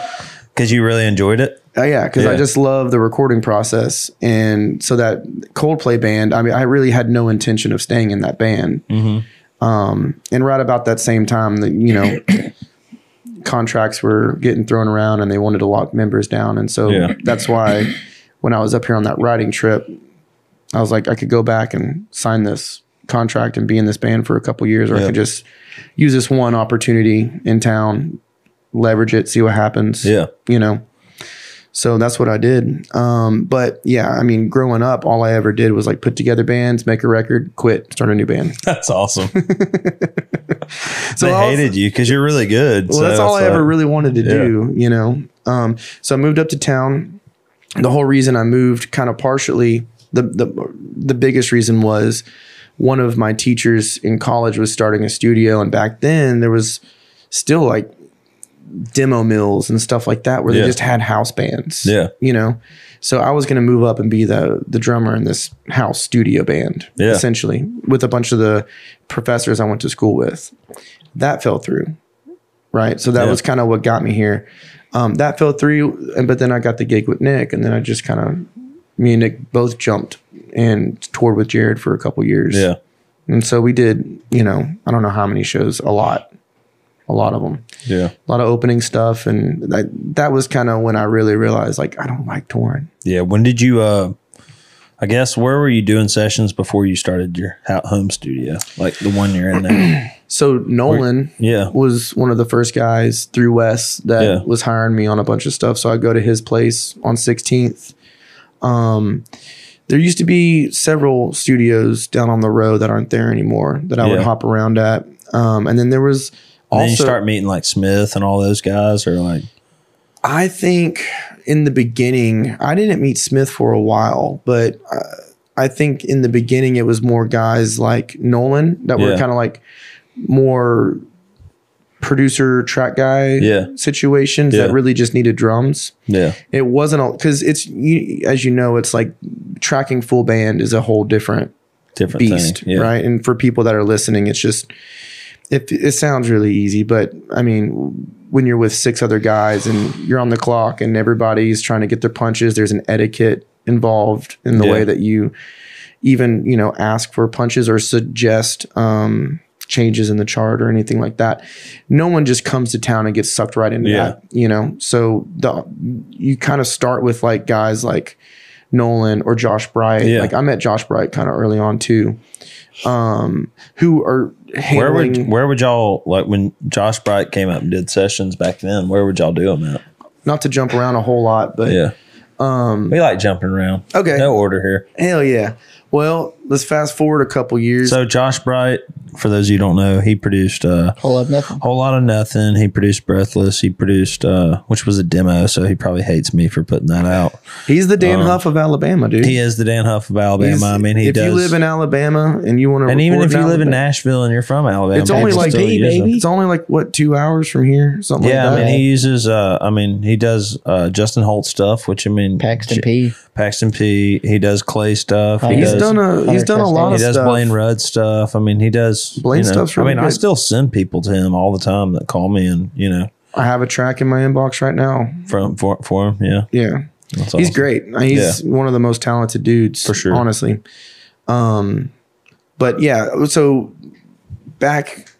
Because you really enjoyed it.
Oh yeah, because I
Yeah.
just love the recording process, and so that Coldplay band. I mean, I really had no intention of staying in that band.
Mm-hmm.
Um, and right about that same time, that you know, contracts were getting thrown around, and they wanted to lock members down, and so
Yeah.
that's why when I was up here on that writing trip, I was like, I could go back and sign this contract and be in this band for a couple years, or I
Yeah.
could just use this one opportunity in town, leverage it, see what happens.
Yeah.
you know. So that's what I did. Um, but yeah, I mean, growing up, all I ever did was like put together bands, make a record, quit, start a new band.
That's awesome.
So
they
I was-
hated you because you're really good.
Well,
so
that's all I
like-
ever really wanted to do, you know. Um, so I moved up to town. The whole reason I moved, kind of partially, the the the biggest reason was one of my teachers in college was starting a studio, and back then there was still like demo mills and stuff like that where
Yeah.
they just had house bands.
Yeah.
you know. So I was gonna move up and be the the drummer in this house studio band,
Yeah.
essentially, with a bunch of the professors I went to school with. That fell through, right? So that
Yeah.
was kind of what got me here. Um, that fell through, and but then I got the gig with Nick, and then I just kind of me and Nick both jumped and toured with Jared for a couple years.
Yeah.
and so we did, you know, I don't know how many shows, a lot, a lot of them
Yeah.
a lot of opening stuff and that, that was kind of when i really realized like i don't like touring
Yeah. When did you, uh, I guess, where were you doing sessions before you started your ho- home studio? Like the one you're in now?
so nolan
yeah.
was one of the first guys through wes that
Yeah.
was hiring me on a bunch of stuff so i go to his place on 16th um, there used to be several studios down on the road that aren't there anymore that i would
Yeah.
hop around at um, and then there was
And
also
then you start meeting like Smith and all those guys, or like,
I think in the beginning, I didn't meet Smith for a while, but uh, I think in the beginning it was more guys like Nolan that were
Yeah.
kind of like more producer track guy
Yeah.
situations
Yeah.
that really just needed drums.
yeah.
It wasn't because it's you, as you know, it's like tracking full band is a whole different
Different
beast,
thing. Yeah.
right? And for people that are listening, it's just it, it sounds really easy, but I mean, when you're with six other guys and you're on the clock and everybody's trying to get their punches, there's an etiquette involved in the
Yeah.
way that you even you know ask for punches or suggest um, changes in the chart or anything like that. No one just comes to town and gets sucked right into
Yeah.
that, you know. So the you kind of start with like guys like Nolan or Josh Bright.
Yeah.
Like I met Josh Bright kind of early on too. Um, who are
Where
handling
would where would y'all like when Josh Bright came up and did sessions back then? Where would y'all do them at?
not to jump around a whole lot, but
Yeah, um, we like jumping around.
Okay.
no order here.
hell yeah. Well, let's fast forward a couple years.
So Josh Bright, for those of you who don't know, he produced uh,
Pull up nothing.
whole lot of nothing. He produced Breathless. He produced uh, which was a demo, so he probably hates me for putting that out.
He's the Dan Huff of Alabama, dude.
um, He is the Dan Huff of Alabama.
He's-
I mean, he
if
does.
you live in Alabama and you want to,
and even if you live in Nashville and you're from Alabama,
It's only
people
like-
still
Hey,
use 'em.
it's only like what two hours from here, something
Yeah,
like
I
that.
mean, he uses. Uh, I mean, he does uh, Justin Holt stuff, which I mean,
Paxton P.
Paxton P. He does Clay stuff.
He's
Uh,
He
he's
does,
done a he's done a lot
He
of
does
stuff.
Blaine Rudd stuff. I mean, he does
Blaine
you know,
stuff's
I
really
mean, I
good.
still send people to him all the time that call me and you know
I have a track in my inbox right now.
from for, for him. Yeah,
Yeah,
That's
he's
awesome.
great. He's one of the most talented dudes
For sure.
honestly. Um, but yeah, so back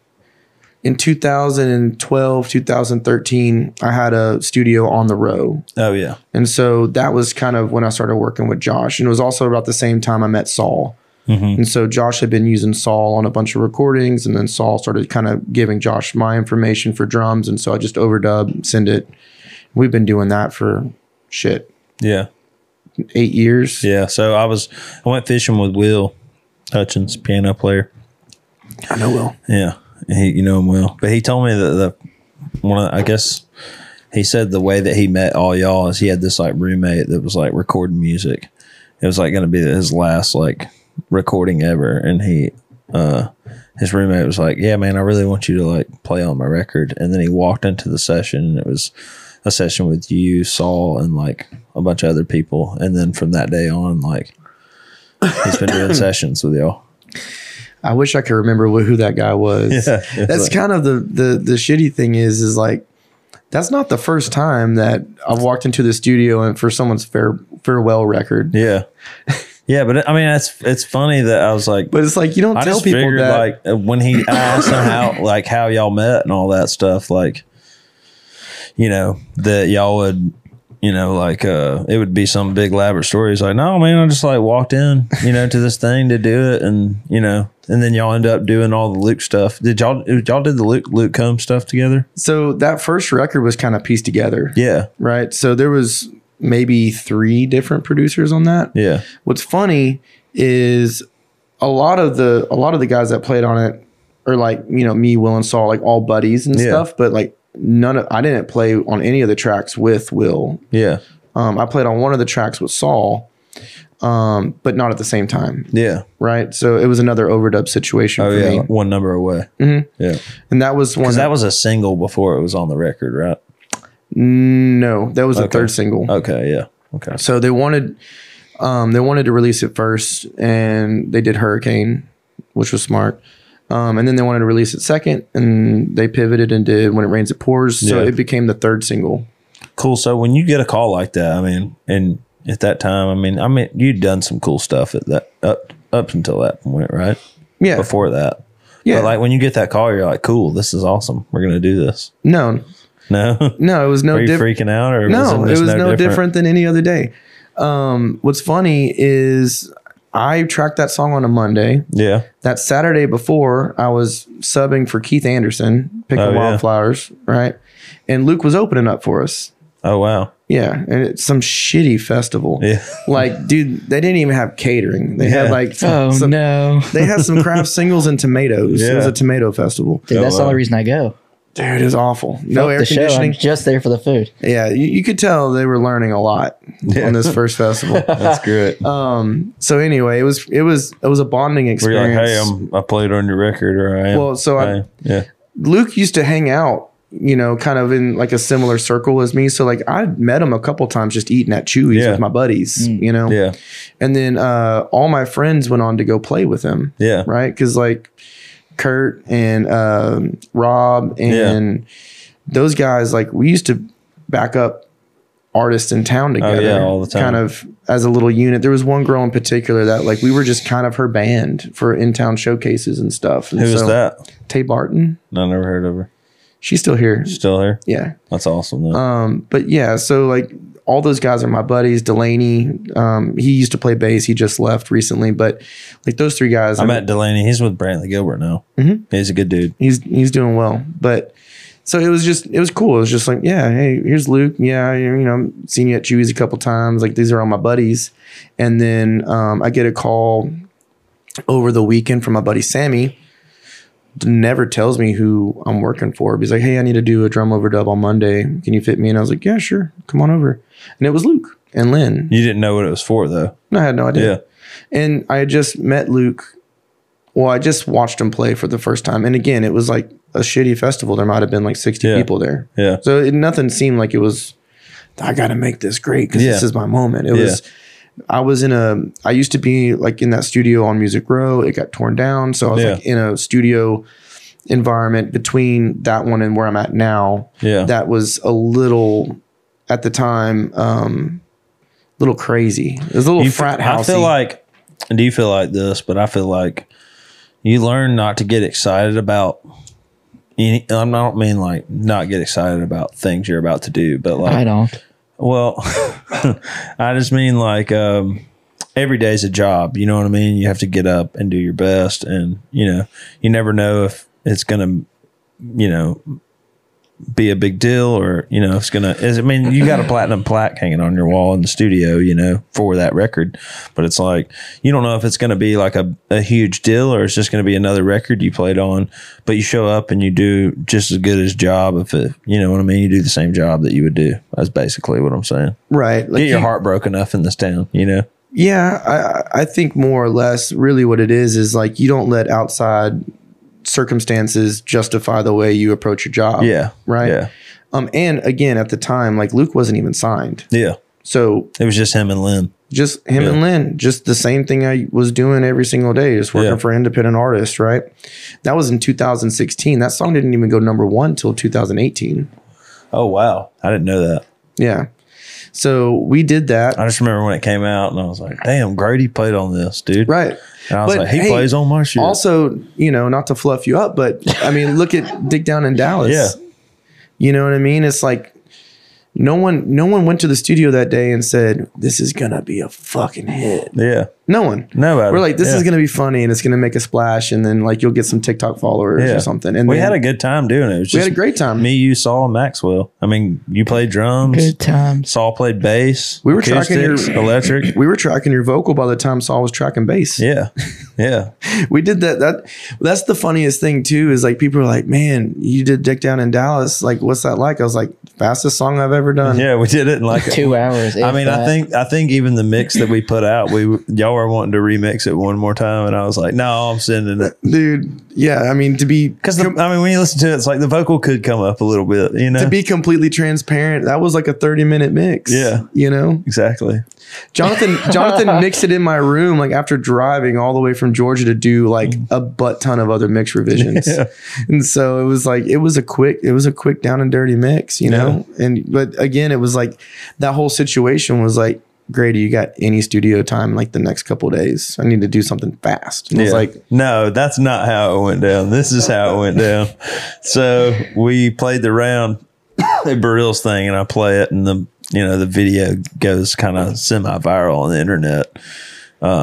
in 2012, 2013, I had a studio on the row,
Oh yeah,
and so that was kind of when I started working with Josh, and it was also about the same time I met Saul.
Mm-hmm.
And so Josh had been using Saul on a bunch of recordings, and then Saul started kind of giving Josh my information for drums, and so I just overdub, send it. We've been doing that for shit
yeah,
eight years.
yeah. So I was I went fishing with Will Hutchins, piano player.
I know. Will
Yeah, he you know him well, but he told me that the one of, I guess he said the way that he met all y'all is he had this like roommate that was like recording music. It was like going to be his last like recording ever, and he uh his roommate was like, "Yeah, man, I really want you to like play on my record." And then he walked into the session, and it was a session with you, Saul, and like a bunch of other people. And then from that day on, like he's been doing sessions with y'all.
I wish I could remember wh- who that guy was.
Yeah.
that's kind of the the the shitty thing is is like that's not the first time that I've walked into the studio and for someone's fair farewell record.
Yeah. Yeah, but I mean, that's it's funny that I was like,
But it's like you don't
I
tell
just
people
figured
that.
like uh, when he I asked him how like how y'all met and all that stuff, like you know that y'all would you know like uh it would be some big elaborate story. He's like, no man, I just like walked in you know to this thing to do it, and you know, and then y'all end up doing all the Luke stuff. Did y'all y'all did the Luke Luke Combs stuff together?
so that first record was kind of pieced together,
Yeah,
right? So there was maybe three different producers on that.
yeah,
What's funny is a lot of the a lot of the guys that played on it are like you know me, Will, and Saul, like all buddies and
Yeah.
stuff. But like none of I didn't play on any of the tracks with Will
yeah,
Um, I played on one of the tracks with Saul, um, but not at the same time,
Yeah.
right? So it was another overdub situation
Oh
for
yeah,
me,
one number away.
Mhm.
Yeah,
and that was one.
because that was a single before it was on the record, right?
no, that was the
Okay.
third single.
Okay, yeah, okay.
So they wanted, um, they wanted to release it first, and they did Hurricane, which was smart. Um, and then they wanted to release it second, and they pivoted and did When It Rains It Pours. So
Yeah.
it became the third single.
Cool. So when you get a call like that, I mean, and at that time, I mean, I mean, you'd done some cool stuff at that up up until that point, right?
Yeah,
Before that,
yeah.
But like when you get that call, you're like, "Cool, this is awesome. We're gonna do this."
no,
No,
no, it was no
are you
different.
freaking out or
no,
was
it was no, different. than any other day. Um, what's funny is I tracked that song on a Monday.
Yeah,
That Saturday before, I was subbing for Keith Anderson, picking
Oh, yeah.
wildflowers, right? And Luke was opening up for us.
Oh wow.
Yeah, and it's some shitty festival.
Yeah.
Like, dude, they didn't even have catering. They had
Yeah.
like some,
Oh
some-
no,
they had some craft singles and tomatoes. It was
Yeah.
a tomato festival.
Dude, that's the only reason I go.
Dude, it's awful. No
Fuck
air
the show. I'm
conditioning.
just there for the food.
Yeah, you, you could tell they were learning a lot on this first festival.
That's great.
Um. So anyway, it was it was it was a bonding
We're
experience.
like, hey, I'm, I played on your record, or I am.
Well, so I-
I am." yeah,
Luke used to hang out, you know, kind of in like a similar circle as me. So like I met him a couple times just eating at Chewy's
Yeah.
with my buddies,
Mm.
you know.
yeah,
And then uh, all my friends went on to go play with him,
yeah.
right? Because like Kurt and um, Rob and those guys, like we used to back up artists in town together
Oh, yeah, all the time.
kind of as a little unit there was one girl in particular that like we were just kind of her band for in-town showcases and stuff and
Who was
so-
that?
tay barton
No, I never heard of her.
she's still here
Still here?
yeah
That's awesome. Though.
um but yeah so like all those guys are my buddies delaney um he used to play bass he just left recently but like those three guys
I
I mean,
met Delaney. He's with Brantley Gilbert now.
Mhm.
He's a good dude.
he's he's doing well. But so it was just it was cool. It was just like, yeah, hey, here's Luke. Yeah, you you know, seen you at Chewy's a couple times. Like these are all my buddies. And then um, I get a call over the weekend from my buddy Sammy. Never tells me who I'm working for. But he's like, hey, I need to do a drum overdub on Monday. Can you fit me? And I was like, yeah, sure, come on over. And it was Luke and Lynn.
You didn't know what it was for though.
And I had no idea.
Yeah.
And I had just met Luke. Well, I just watched him play for the first time. And again, it was like a shitty festival. There might have been like 60
Yeah.
people there.
Yeah.
So it, nothing seemed like it was, I got to make this great because this
Yeah.
is my moment. It was, I was in a, I used to be like in that studio on Music Row. It got torn down. So I was
Yeah.
like in a studio environment between that one and where I'm at now
Yeah.
that was a little at the time um a little crazy it was a little
You f-
frat
I
house
feel like do you feel like this, but I feel like you learn not to get excited about any I don't mean like not get excited about things you're about to do, but like
I don't.
Well, I just mean like um, every day's a job. You know what I mean? You have to get up and do your best, and you know you never know if it's gonna, you know, be a big deal or you know it's gonna. Is I mean you got a platinum plaque hanging on your wall in the studio, you know, for that record, but it's like you don't know if it's gonna be like a, a huge deal or it's just gonna be another record you played on. But you show up and you do just as good as job if it, you know what I mean. You do the same job that you would do. That's basically what I'm saying
right like
get your
you-
heart broken enough in this town, you know?
yeah I- i i think more or less really what it is is like you don't let outside circumstances justify the way you approach your job
Yeah.
Oh, right
Yeah.
um and again at the time like luke wasn't even signed
Yeah.
so
It was just him and Lynn.
just him
Yeah.
and Lynn, just the same thing I was doing every single day, just working
Yeah.
for independent artists, right? That was in 2016. That song didn't even go number one till 2018.
Oh, wow. I didn't know that.
Yeah. So we did that.
I just remember when it came out and I was like, damn, Grady played on this, dude.
right.
And I was
But
like, he
hey,
plays on my shit.
Also, you know, not to fluff you up, but I mean, look at Dick Down in Dallas.
Yeah.
You know what I mean? It's like no one no one went to the studio that day and said, This is gonna be a fucking hit.
yeah.
No one.
Nobody.
We're like, this
Yeah.
is going to be funny and it's going to make a splash, and then like you'll get some TikTok followers
Yeah.
or something. And
we
then
had a good time doing it. It was
we had
just
a great time.
Me, you, Saul, and Maxwell. I mean, you played drums.
Good times.
Saul played bass.
We were tracking your-
acoustics, electric.
We were tracking your vocal by the time Saul was tracking bass.
Yeah. Yeah.
We did that. That that's the funniest thing too is like people are like, man, you did Dick Down in Dallas. Like, what's that like? I was like, Fastest song I've ever done.
Yeah, we did it in like
Two hours.
I
if
mean, I
that.
think I think even the mix that we put out, we y'all were wanting to remix it one more time, and I was like, no, I'm sending it
Dude, yeah, I mean to be
because I mean, when you listen to it, it's like the vocal could come up a little bit, you know.
to be completely transparent, that was like a 30 minute mix.
Yeah.
You know?
exactly.
Jonathan Jonathan mixed it in my room like after driving all the way from Georgia to do like a butt ton of other mix revisions.
Mm. Yeah.
And so it was like it was a quick it was a quick down and dirty mix, you know? And but again, it was like that whole situation was like Grady, you got any studio time like the next couple of days? I need to do something fast. And I was
Yeah.
like,
no, that's not how it went down. This is how it went down. So we played the round, a Burrill's thing, and I play it, and the you know the video goes kind of semi-viral on the internet. Um,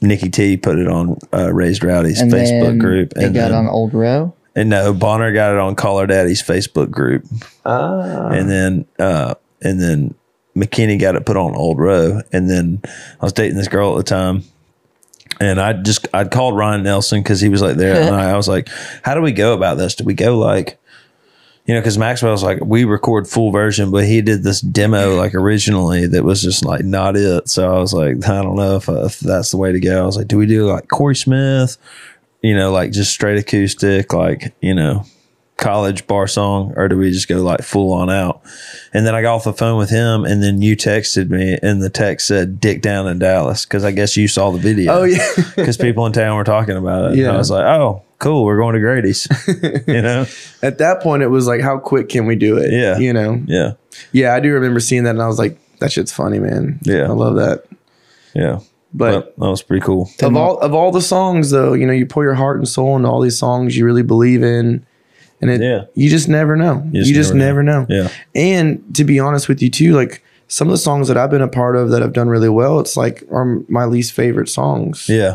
Nikki T put it on uh, Raised Rowdy's
and
Facebook
then
group,
It got
then-
on Old Row.
And no, Bonner got it on Call Her Daddy's Facebook group.
Ah.
And then uh and then McKinney got it put on Old Row. And then I was dating this girl at the time. And I just I called Ryan Nelson because he was like there, and I, I was like, "How do we go about this? Do we go like, you know, because Maxwell's like we record full version, but he did this demo like originally that was just like not it. So I was like, I don't know if, if that's the way to go. I was like, do we do like Corey Smith you know, like just straight acoustic, like, you know, college bar song, or do we just go like full on out? And then I got off the phone with him, and then you texted me, and the text said Dick Down in Dallas, because I guess you saw the video.
Oh yeah.
Because people in town were talking about it. Yeah. And
Yeah.
I was like, oh, cool, we're going to Grady's. you know?
At that point it was like how quick can we do it?
Yeah.
You know?
Yeah.
Yeah, I do remember seeing that and I was like, that shit's funny, man.
Yeah.
I love that.
Yeah.
But
But that was pretty cool.
of all of all the songs though, you know, you pour your heart and soul into all these songs you really believe in. And it
Yeah.
you just never know. You just, never, know.
Yeah.
And to be honest with you too, like some of the songs that I've been a part of that have done really well, it's like are my least favorite songs.
Yeah.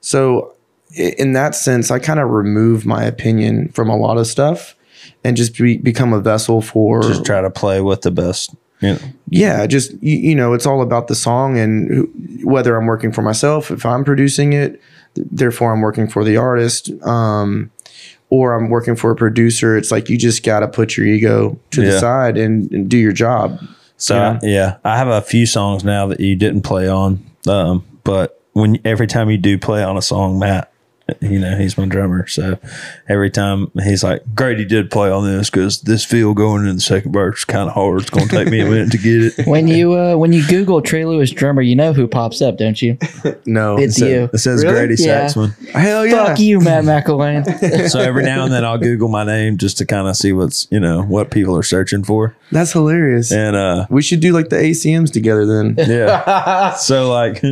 So i- in that sense, I kind of remove my opinion from a lot of stuff and just be, become a vessel for
Just try to play with the best. You know,
yeah, just you, you know, it's all about the song and who, whether I'm working for myself, if I'm producing it, th- therefore I'm working for the artist, um, or I'm working for a producer. It's like you just got to put your ego to
Yeah.
the side and, and do your job.
So I- yeah. I, have a few songs now that you didn't play on, um, but when every time you do play on a song, Matt, you know he's my drummer, so every time he's like, "Great, you did play on this because this feel going in the second verse is kind of hard. It's gonna take me a minute to get it."
When you uh, when you Google Trey Lewis drummer, you know who pops up, don't you?
No,
It's you.
It says
Really?
Grady
Yeah.
Saxman.
hell yeah.
Fuck you, Matt McElwain.
So every now and then I'll Google my name just to kind of see what's you know what people are searching for,
That's hilarious.
and uh,
We should do like the ACMs together then.
yeah. so like,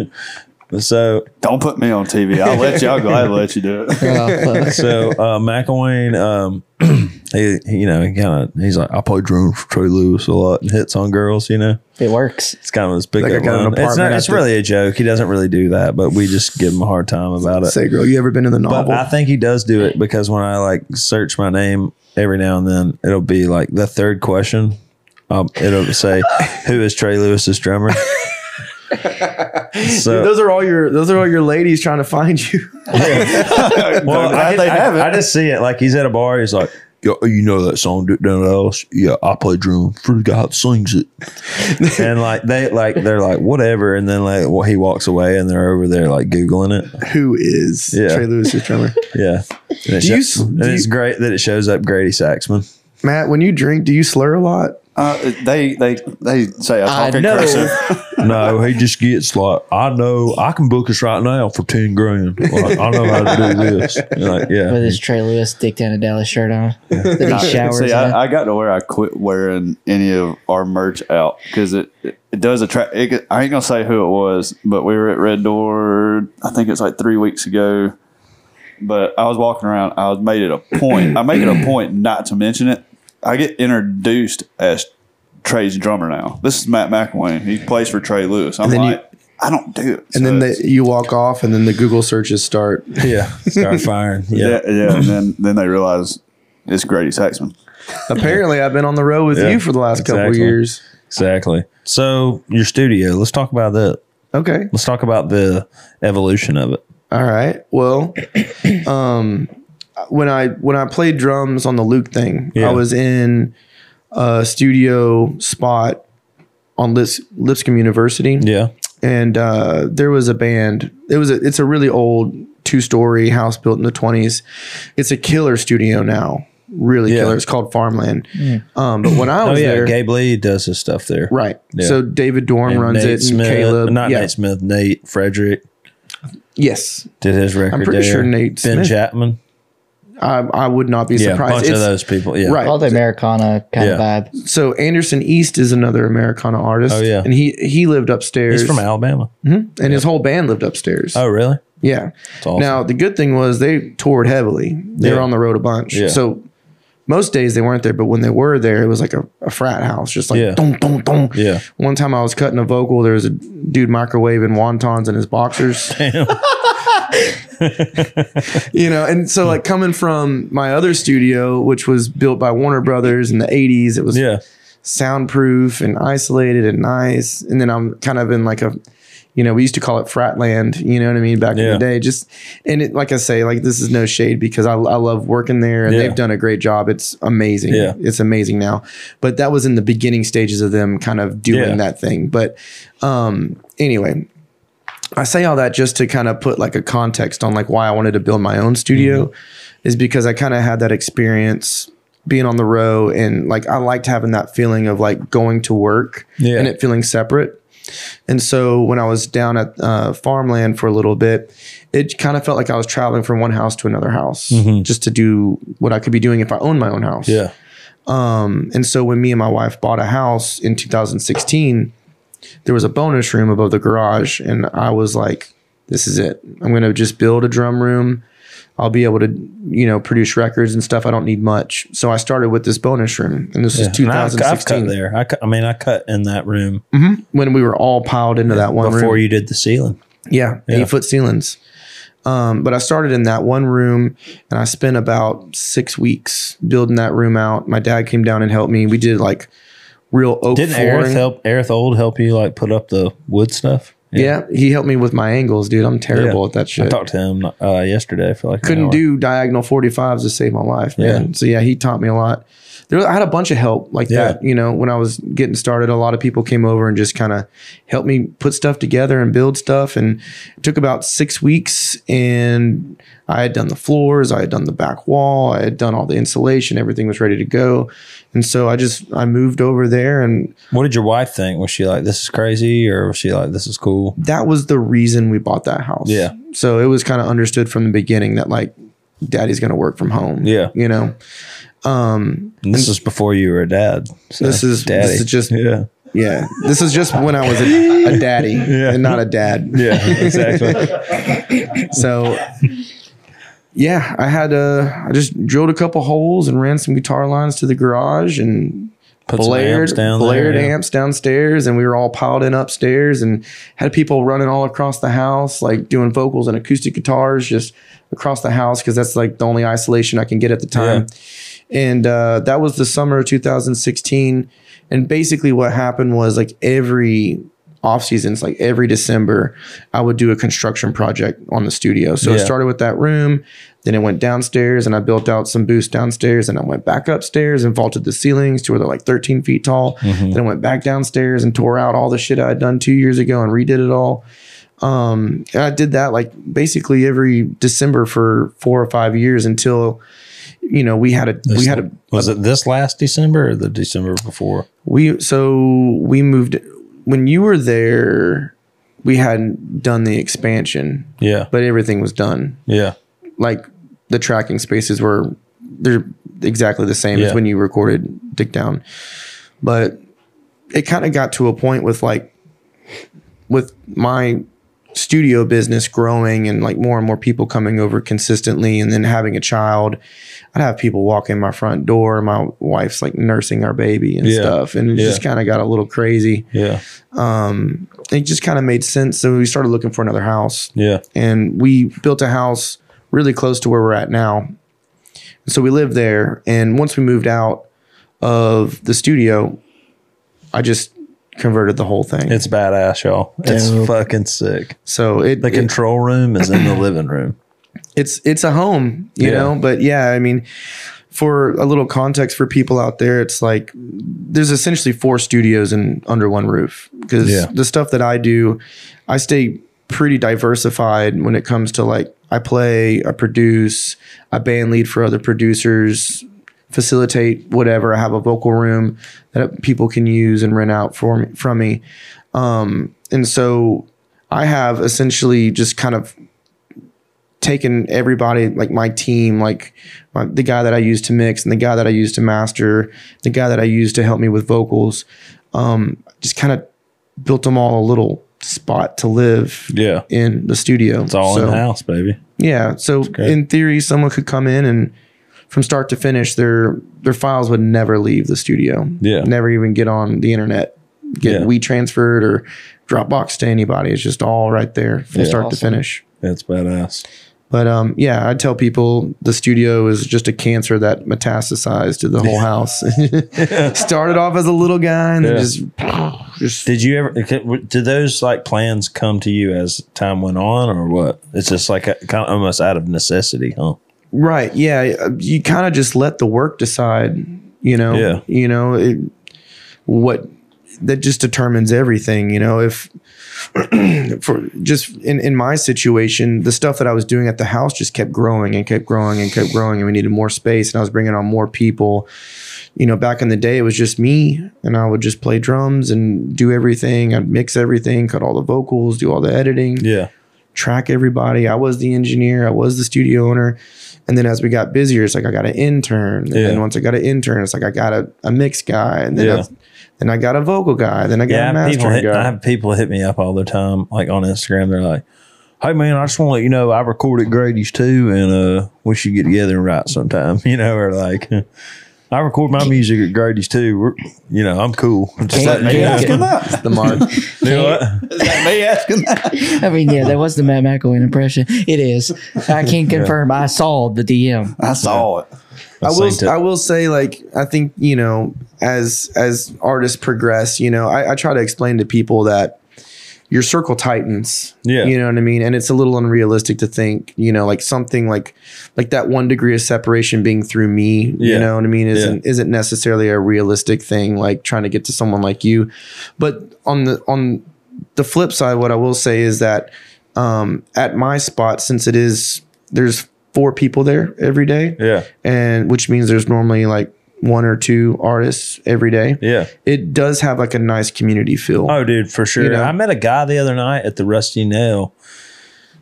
so
Don't put me on TV. I'll let you. I'll gladly let you do it.
Oh, fuck.
so uh, McElwain, um, he, he, you know, he kind of he's like, I play drums for Trey Lewis a lot and hits on girls. You know,
it works.
it's kind of this big.
Like, I
up
got an
line. it's
apartment
not,
out
it's
there.
really a joke. He doesn't really do that, but we just give him a hard time about it.
Say, girl, you ever been in the
But
novel?
I think he does do it because when I like search my name every now and then, it'll be like the third question. Um, it'll say, "Who is Trey Lewis's drummer?" So
those are all your those are all your ladies trying to find you.
Well, I,
they
I-
have it.
I just see it. Like he's at a bar. He's like, Yo, you know that song, Dick Down Else? Yeah, I play drum for the guy that sings it. and like they like they're like whatever, and then like well, he walks away, and they're over there like googling it.
Who is
Yeah.
Trey Lewis's drummer?
Yeah. And it
Do you s-
sho- and
do
it's
you-
great that it shows up Grady Saxman.
Matt, when you drink, do you slur a lot?
Uh, they they they say I
I
talk
know.
aggressive.
No, he just gets like, I know I can book us right now for ten grand. Like, I know how to do this. And, like,
With
yeah,
his Trey Lewis Dick Down to Dallas shirt on. That he showers
See,
in.
I, I got to where I quit wearing any of our merch out because it, it it does attract. It, get- I ain't gonna say who it was, but we were at Red Door. I think it's like three weeks ago. But I was walking around. I was made it a point. I make it a point not to mention it. I get introduced as Trey's drummer now. This is Matt McElwain. He plays for Trey Lewis. I'm
then you-
like, I don't do it.
and
So
then
it's-
the, you walk off, and then the Google searches start.
yeah, start firing.
yeah, yeah. And then then they realize it's Grady Saxman.
Apparently, I've been on the road with
Yeah,
you for the last couple
exactly.
years.
Exactly. So your studio. Let's talk about that.
Okay,
Let's talk about the evolution of it.
all right. Well, um, when I when I played drums on the Luke thing,
Yeah.
I was in uh, studio spot on Lips- Lipscomb University
Yeah.
and uh, there was a band. It was a, it's a really old two story house built in the twenties. It's a killer studio now, really
Yeah.
killer. It's called Farmland. Um, but when I
Oh
was
yeah.
there,
Gabe Lee does his stuff there.
right?
Yeah.
So David Dorm
And
runs
Nate
it, and
Smith,
Caleb,
Not
yeah,
Nate Smith. Nate Frederick
yes.
did his record.
pretty
there.
sure Nate
Ben
Smith-
Chapman.
I, I would not be
Yeah, a bunch
surprised.
of
It's-
those people. Yeah.
Right.
All the Americana kind
Yeah.
of vibe.
So Anderson East is another Americana artist.
Oh, yeah.
and he he lived upstairs.
He's from Alabama.
and his whole band lived upstairs.
Oh really?
Yeah.
It's awesome.
Now the good thing was they toured heavily. They were
Yeah.
on the road a bunch.
Yeah.
So most days they weren't there, but when they were there, it was like a, a frat house, just like
Yeah.
dum, dum, dum.
Yeah.
One time I was cutting a vocal, there was a dude microwaving wontons in his boxers. you know, and so like coming from my other studio, which was built by Warner Brothers in the eighties, it was
yeah.
soundproof and isolated and nice. And then I'm kind of in like a, you know, we used to call it frat land. You know what I mean? Back in
Yeah.
the day, just and it, like I say, like this is no shade because I, I love working there and
Yeah.
they've done a great job. It's amazing.
Yeah.
it's amazing now. But that was in the beginning stages of them kind of doing
Yeah.
that thing. But um, anyway. I say all that just to kind of put like a context on like why I wanted to build my own studio
Mm-hmm.
is because I kind of had that experience being on the row and like I liked having that feeling of like going to work
Yeah.
and it feeling separate. And so when I was down at uh, farmland for a little bit, it kind of felt like I was traveling from one house to another house just to do what I could be doing if I owned my own house.
Mm-hmm. Yeah.
And so when me and my wife bought a house in 2016, there was a bonus room above the garage. And I was like, this is it. I'm going to just build a drum room. I'll be able to, you know, produce records and stuff. I don't need much. So I started with this bonus room. And this was
And I've, I've
2016
cut there. I, cut, I mean, I cut in that room
when we were all piled into that one room.
before you did the ceiling.
Yeah,
Yeah.
eight foot ceilings. Um, but I started in that one room and I spent about six weeks building that room out. My dad came down and helped me. We did like real oak
Didn't
flooring.
Aerith help? Aerith Old help you like put up the wood stuff?
Yeah. he helped me with my angles, dude. I'm terrible
Yeah.
at that
I
shit.
talked to him uh, yesterday. I feel like an
Couldn't
hour.
do diagonal 45s to save my life, man.
Yeah.
So yeah, he taught me a lot. There, I had a bunch of help like
Yeah.
that. You know, when I was getting started, a lot of people came over and just kind of helped me put stuff together and build stuff. And it took about six weeks. And I had done the floors, I had done the back wall, I had done all the insulation. Everything was ready to go. And so I just I moved over there and
What did your wife think? Was she like, "This is crazy," or was she like, "This is cool"?
that was the reason we bought that house.
Yeah.
So it was kind of understood from the beginning that like daddy's going to work from home.
Yeah.
You know,
And this is before you were a dad. So
This is- this
daddy.
is just-
yeah,
yeah. This is just when I was a, a daddy and not a dad.
yeah, exactly.
So yeah, I had uh I just drilled a couple holes and ran some guitar lines to the garage and
Put some
blared
amps down
blared
there, yeah.
amps downstairs and we were all piled in upstairs and had people running all across the house like doing vocals and acoustic guitars just across the house because that's like the only isolation I can get at the time. And uh, that was the summer of 2016. And basically, what happened was like every off seasons, like every December, I would do a construction project on the studio. So it
Yeah.
started with that room, then it went downstairs, and I built out some booths downstairs, and I went back upstairs and vaulted the ceilings to where they're like 13 feet tall. Then I went back downstairs and tore out all the shit I had done two years ago and redid it all. Um, and I did that like basically every December for four or five years until, you know, we had a we had a
Was it this last December or the December before?
we so we moved when you were there. We hadn't done the expansion,
Yeah,
but everything was done.
yeah,
Like the tracking spaces were they're exactly the same as
Yeah.
when you recorded Dick Down, but it kind of got to a point with like with my studio business growing and like more and more people coming over consistently and then having a child i'd have people walk in my front door my wife's like nursing our baby and
Yeah.
stuff and it
Yeah.
just kind of got a little crazy
yeah,
it just kind of made sense so we started looking for another house
yeah,
and we built a house really close to where we're at now. So we lived there, and once we moved out of the studio, I just converted the whole thing.
It's badass, y'all. It's
Dope.
fucking sick.
so it,
The
it-
control room is in the living room.
it's it's a home, you
Yeah.
know. But yeah, I mean, for a little context for people out there, it's like there's essentially four studios in under one roof because
Yeah.
the stuff that I do, I stay pretty diversified when it comes to like I play, I produce, I band lead for other producers, facilitate whatever. I have a vocal room that people can use and rent out for me, from me, um, and so I have essentially just kind of taken everybody like my team like my, the guy that i use to mix and the guy that i use to master the guy that i use to help me with vocals um, just kind of built them all a little spot to live
Yeah.
in the studio
It's all
so,
in the house, baby.
yeah so
great.
in theory someone could come in and from start to finish their their files would never leave the studio
Yeah.
never even get on the internet get
Yeah.
we transferred or dropbox to anybody it's just all right there from
Yeah.
start to
Awesome.
finish
That's badass.
but um, yeah, I tell people the studio is just a cancer that metastasized to the whole house. Started off as a little guy and
Yeah.
then just, just
Did you ever? Did those like plans come to you as time went on, or what? It's just like kind of almost out of necessity, huh?
right. Yeah, uh, you kind of just let the work decide. You know.
Yeah.
You know it, what that just determines everything. You know if for just in in my situation, the stuff that I was doing at the house just kept growing and kept growing and kept growing, and we needed more space, and I was bringing on more people. you know, back in the day, it was just me and I would just play drums and do everything. I'd mix everything, cut all the vocals, do all the editing,
Yeah,
track everybody. I was the engineer, I was the studio owner. And then as we got busier, it's like I got an intern. And
Yeah.
then once I got an intern, it's like I got a, a mix guy. And then,
Yeah.
I, then I got a vocal guy. Then I got a
yeah. I have people
mastering
hit, I
guy.
have people hit me up all the time, like on Instagram. They're like, "Hey man, I just want to let you know I recorded Grady's too, and uh, we should get together and write sometime." You know, or like, "I record my music at Grady's too. We're, you know, I'm cool." I'm just
Can't
letting you
get-
know.
asking
that?
the mark.
You know what?
Is that me asking that?
I mean, yeah, that was the Matt McElwain impression. It is. I can confirm. I saw the DM.
I saw it.
I will.
synced it.
I will say, like, I think you know, as as artists progress, you know, I, I try to explain to people that your circle tightens.
Yeah.
you know what I mean. And it's a little unrealistic to think, you know, like something like like that one degree of separation being through me.
Yeah.
You know what I mean?
Yeah.
Isn't isn't necessarily a realistic thing. Like trying to get to someone like you, but on the on the flip side, what I will say is that um, at my spot, since it is there's four people there every day
Yeah,
and which means there's normally like one or two artists every day.
yeah.
It does have like a nice community feel.
Oh, dude, for sure.
You know?
I met a guy the other night at the Rusty Nail.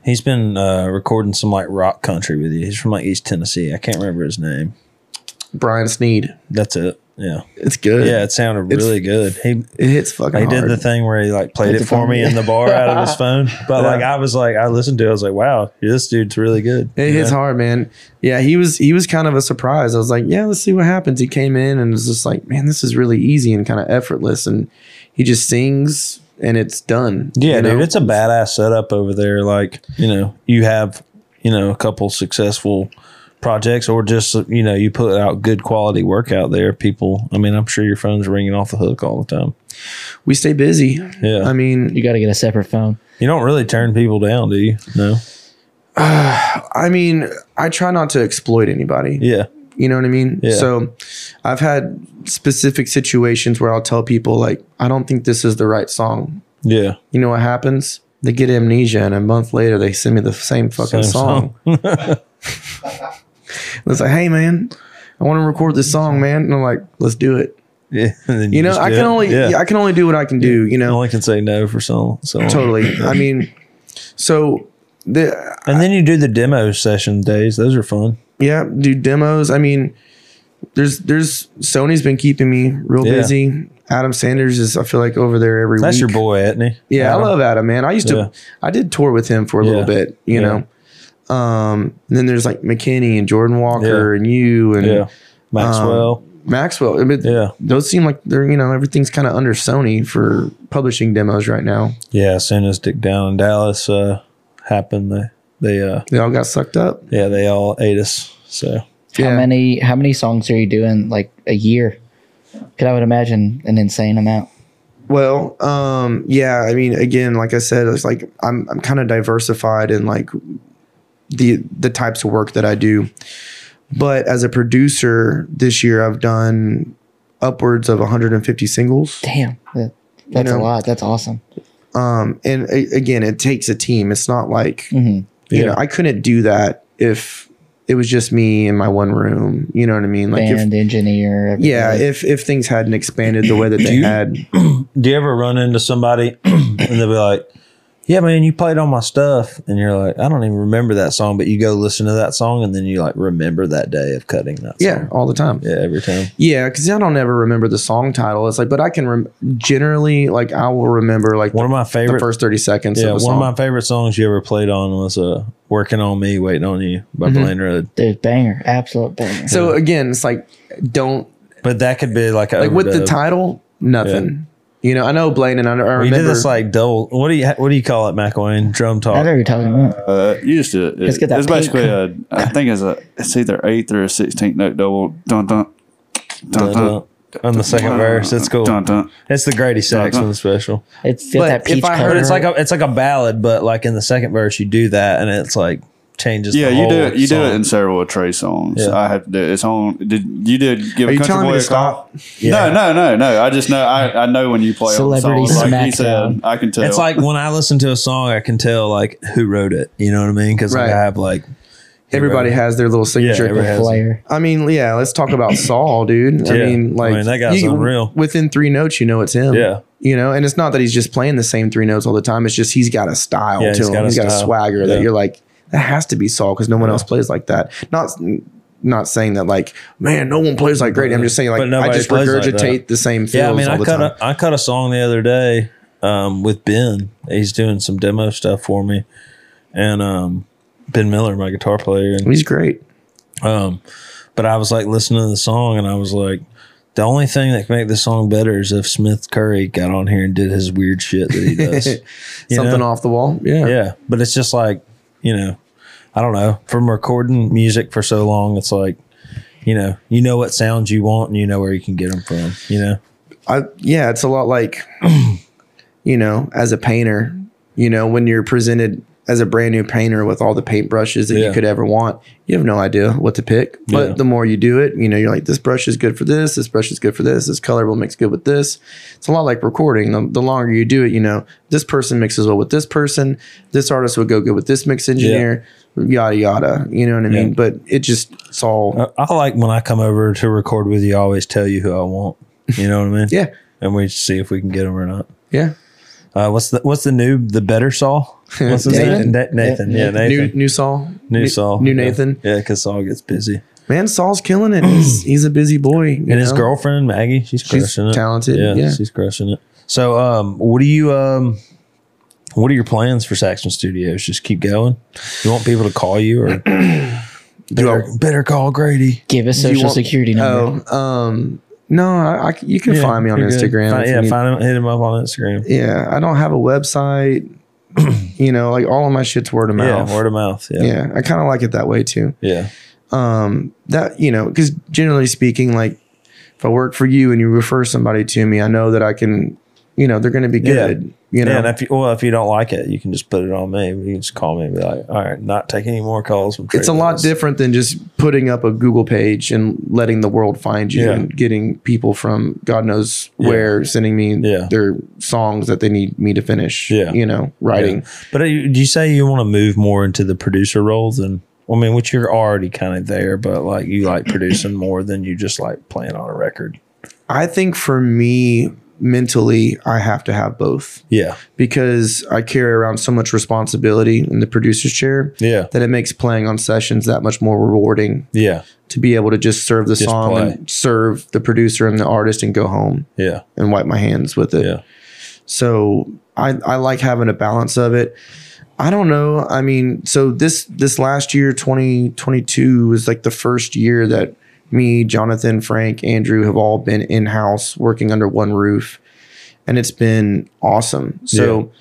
He's been uh, recording some like rock country with you. He's from like East Tennessee. I can't remember his name.
Brian Sneed,
That's it. Yeah,
it's good.
yeah. It sounded
It's-
really good. He
it hits fucking.
he
hard.
did the thing where he like played it for me in the bar out of his phone. But like I was like I listened to. it. I was like, wow, this dude's really good.
It
You
hits
know?
hard, man. Yeah, he was he was kind of a surprise. I was like, yeah, let's see what happens. He came in and was just like, man, this is really easy and kind of effortless, and he just sings and it's done.
Yeah,
you know?
dude, it's a badass setup over there. Like, you know, you have, you know, a couple successful projects or just, you know, you put out good quality work out there. People, I mean, I'm sure your phone's ringing off the hook all the time.
we stay busy.
Yeah.
I mean,
You got to get a separate phone.
You don't really turn people down, do you? No.
I mean, I try not to exploit anybody.
Yeah.
You know what I mean?
Yeah.
So I've had specific situations where I'll tell people, like, I don't think this is the right song.
Yeah.
You know what happens? They get amnesia, and a month later, they send me the same fucking
Same
song. it's like, hey, man, I want to record this song, man. And I'm like, let's do it.
Yeah. And then
You know,
just
I
do
can
it.
only,
yeah.
yeah, I can only do what I can do, you
I
know?
only can say no for so, so long.
Totally. I mean, so the,
And then you do the demo session days. Those are fun.
yeah, do demos. I mean, there's there's Sony's been keeping me real
Yeah.
busy. Adam Sanders is I feel like over there every
That's
week.
your boy, isn't he?
Yeah,
Adam.
I love Adam, man. I used to
Yeah.
I did tour with him for a
Yeah.
little bit, you
Yeah.
know. Um, and then there's like McKinney and Jordan Walker and you and
Yeah.
Um,
Maxwell.
Maxwell. I mean,
Yeah.
those seem like they're you know everything's kind of under Sony for publishing demos right now.
Yeah, as soon as Dick Down in Dallas uh, happened, they they uh,
They all got sucked up.
yeah they all ate us. So
Yeah.
How many how many songs are you doing like a year? Because I would imagine an insane amount.
Well, um, yeah, I mean, again, like I said, it's like I'm I'm kind of diversified in like the the types of work that I do. But as a producer this year, I've done upwards of 150 singles.
Damn, that, that's
know.
a lot. That's awesome.
Um, and a- again, it takes a team. It's not like
hmm
you know
Yeah.
I couldn't do that if it was just me in my one room. You know what I mean? Like if,
Band engineer. everything.
yeah, if if things hadn't expanded the way that they
you-
had,
Do you ever run into somebody and they'll be like, "Yeah, man, you played all my stuff," and you're like, "I don't even remember that song," but you go listen to that song and then you like remember that day of cutting that.
yeah,
song.
all the time.
yeah, every time.
Yeah, because I don't ever remember the song title. It's like, but I can rem- generally like I will remember like
One of my
the,
favorite.
first thirty seconds.
yeah,
of
one
a song.
of my favorite songs you ever played on was uh, "Working on Me, Waiting on You" by
Mhm.
Blaine Road.
Dude, banger, absolute banger.
so again, it's like don't
But that could be like a
like with the
overdub.
title, nothing. You know, I know Blaine and I, I remember.
We did this like double. What do you what do you call it, McElwain? Drum
I
talk.
know what you're talking about.
Uh, you just did it.
Let's get that
it's
pink.
basically a, I think it's a, it's either eighth or a sixteenth note double. Dun dun.
Dun,
Dun dun.
dun. On the second
Dun,
verse, it's cool.
Dun dun.
It's the Grady Saxon special.
It's got
But
that
if
peach
I heard
color.
But it's like a it's like a ballad, but like in the second verse, you do that, and it's like changes.
Yeah,
the
you
whole
do it. You do
song.
it in several Trey songs.
Yeah.
I have to do it. It's on. Did you did give
Are
a
you
country
telling
boy
me to
a call?
stop?
Yeah.
No, no, no, no. I just know. I, I know when you play
Celebrity
on songs. Like he
Smackdown.
said, I can tell.
It's like when I listen to a song, I can tell like who wrote it. You know what I mean? Because
Right.
I have like
everybody has their little signature.
everybody has-
player.
I mean, yeah, let's talk about Saul, dude. I
Yeah.
mean, like
I mean, that guy's unreal.
Within three notes, you know it's him.
Yeah.
You know, and it's not that he's just playing the same three notes all the time. It's just he's got a style
Yeah,
to
he's
him.
got a
he's got a
style.
swagger
Yeah.
that you're like, that has to be Saul because no one
Yeah.
else plays like that. Not not saying that like, man, no one plays like Grady. I'm just saying like
But
I
nobody
just
plays like that.
regurgitate the same feels
yeah. I mean,
all
I
the
cut
time.
a, I cut a song the other day um, with Ben. He's doing some demo stuff for me, and um, Ben Miller, my guitar player, and
he's great.
Um, but I was like listening to the song and I was like, the only thing that can make this song better is if Smith Curry got on here and did his weird shit that he does. You
Something
know?
off the wall. Yeah.
Yeah. But it's just like, you know, I don't know. From recording music for so long, it's like, you know, you know what sounds you want and you know where you can get them from, you know?
I yeah, it's a lot like you know, as a painter, you know, when you're presented as a brand new painter with all the paintbrushes that
Yeah.
you could ever want, you have no idea what to pick. But
Yeah.
the more you do it, you know, you're like, this brush is good for this, this brush is good for this, this color will mix good with this. It's a lot like recording. The, the longer you do it, you know, this person mixes well with this person, this artist would go good with this mix engineer, yada yada. You know what I mean?
Yeah. Uh,
But it just it's all
I, I like when I come over to record with you, I always tell you who I want. You know what I mean?
yeah,
And we see if we can get them or not.
yeah.
Uh, what's the what's the new the better saw? What's his
Nathan?
name? Na- Nathan. Yeah, Nathan.
New new Saul.
New,
New-
Saul.
New
Yeah.
Nathan.
Yeah, because Saul gets busy.
Man, Saul's killing it. He's, he's a busy boy.
And his girlfriend, Maggie, she's
She's
crushing it.
talented,
Yeah,
yeah.
she's crushing it. So um what do you um what are your plans for Saxon Studios? Just keep going? You want people to call you or better, better call Grady.
Give us social security number.
Oh, um, no, I, I c- you can
Yeah,
find me on
you're good.
Instagram.
Fi-
if you
yeah,
need-
find him, hit him up on Instagram.
yeah. I don't have a website. you know, like all of my shit's word of mouth.
Yeah, word of mouth. Yeah. Yeah.
yeah, I kind of like it that way too.
Yeah.
um that you know because generally speaking like if i work for you and you refer somebody to me i know that i can you know they're going to be
Yeah.
good you know
and if you well, if you don't like it, you can just put it on me. You can just call me and be like, all right, not taking any more calls. from
it's a
Trey
lot
Lewis."
different than just putting up a google page and letting the world find you
Yeah.
and getting people from god knows
Yeah.
where sending me
Yeah.
their songs that they need me to finish
Yeah.
you know writing
Yeah. But uh, you- do you say you want to move more into the producer role than? I mean, which you're already kind of there, but like you like producing more than you just like playing on a record.
i think for me mentally i have to have both
Yeah,
because i carry around so much responsibility in the producer's chair
yeah,
that it makes playing on sessions that much more rewarding
yeah,
to be able to just serve the
Just
song
play.
and serve the producer and the artist and go home
yeah,
and wipe my hands with it.
yeah.
So I, I like having a balance of it. I don't know. I mean, so this this last year, 2022, was like the first year that me, Jonathan, Frank, Andrew have all been in-house working under one roof. And it's been awesome. So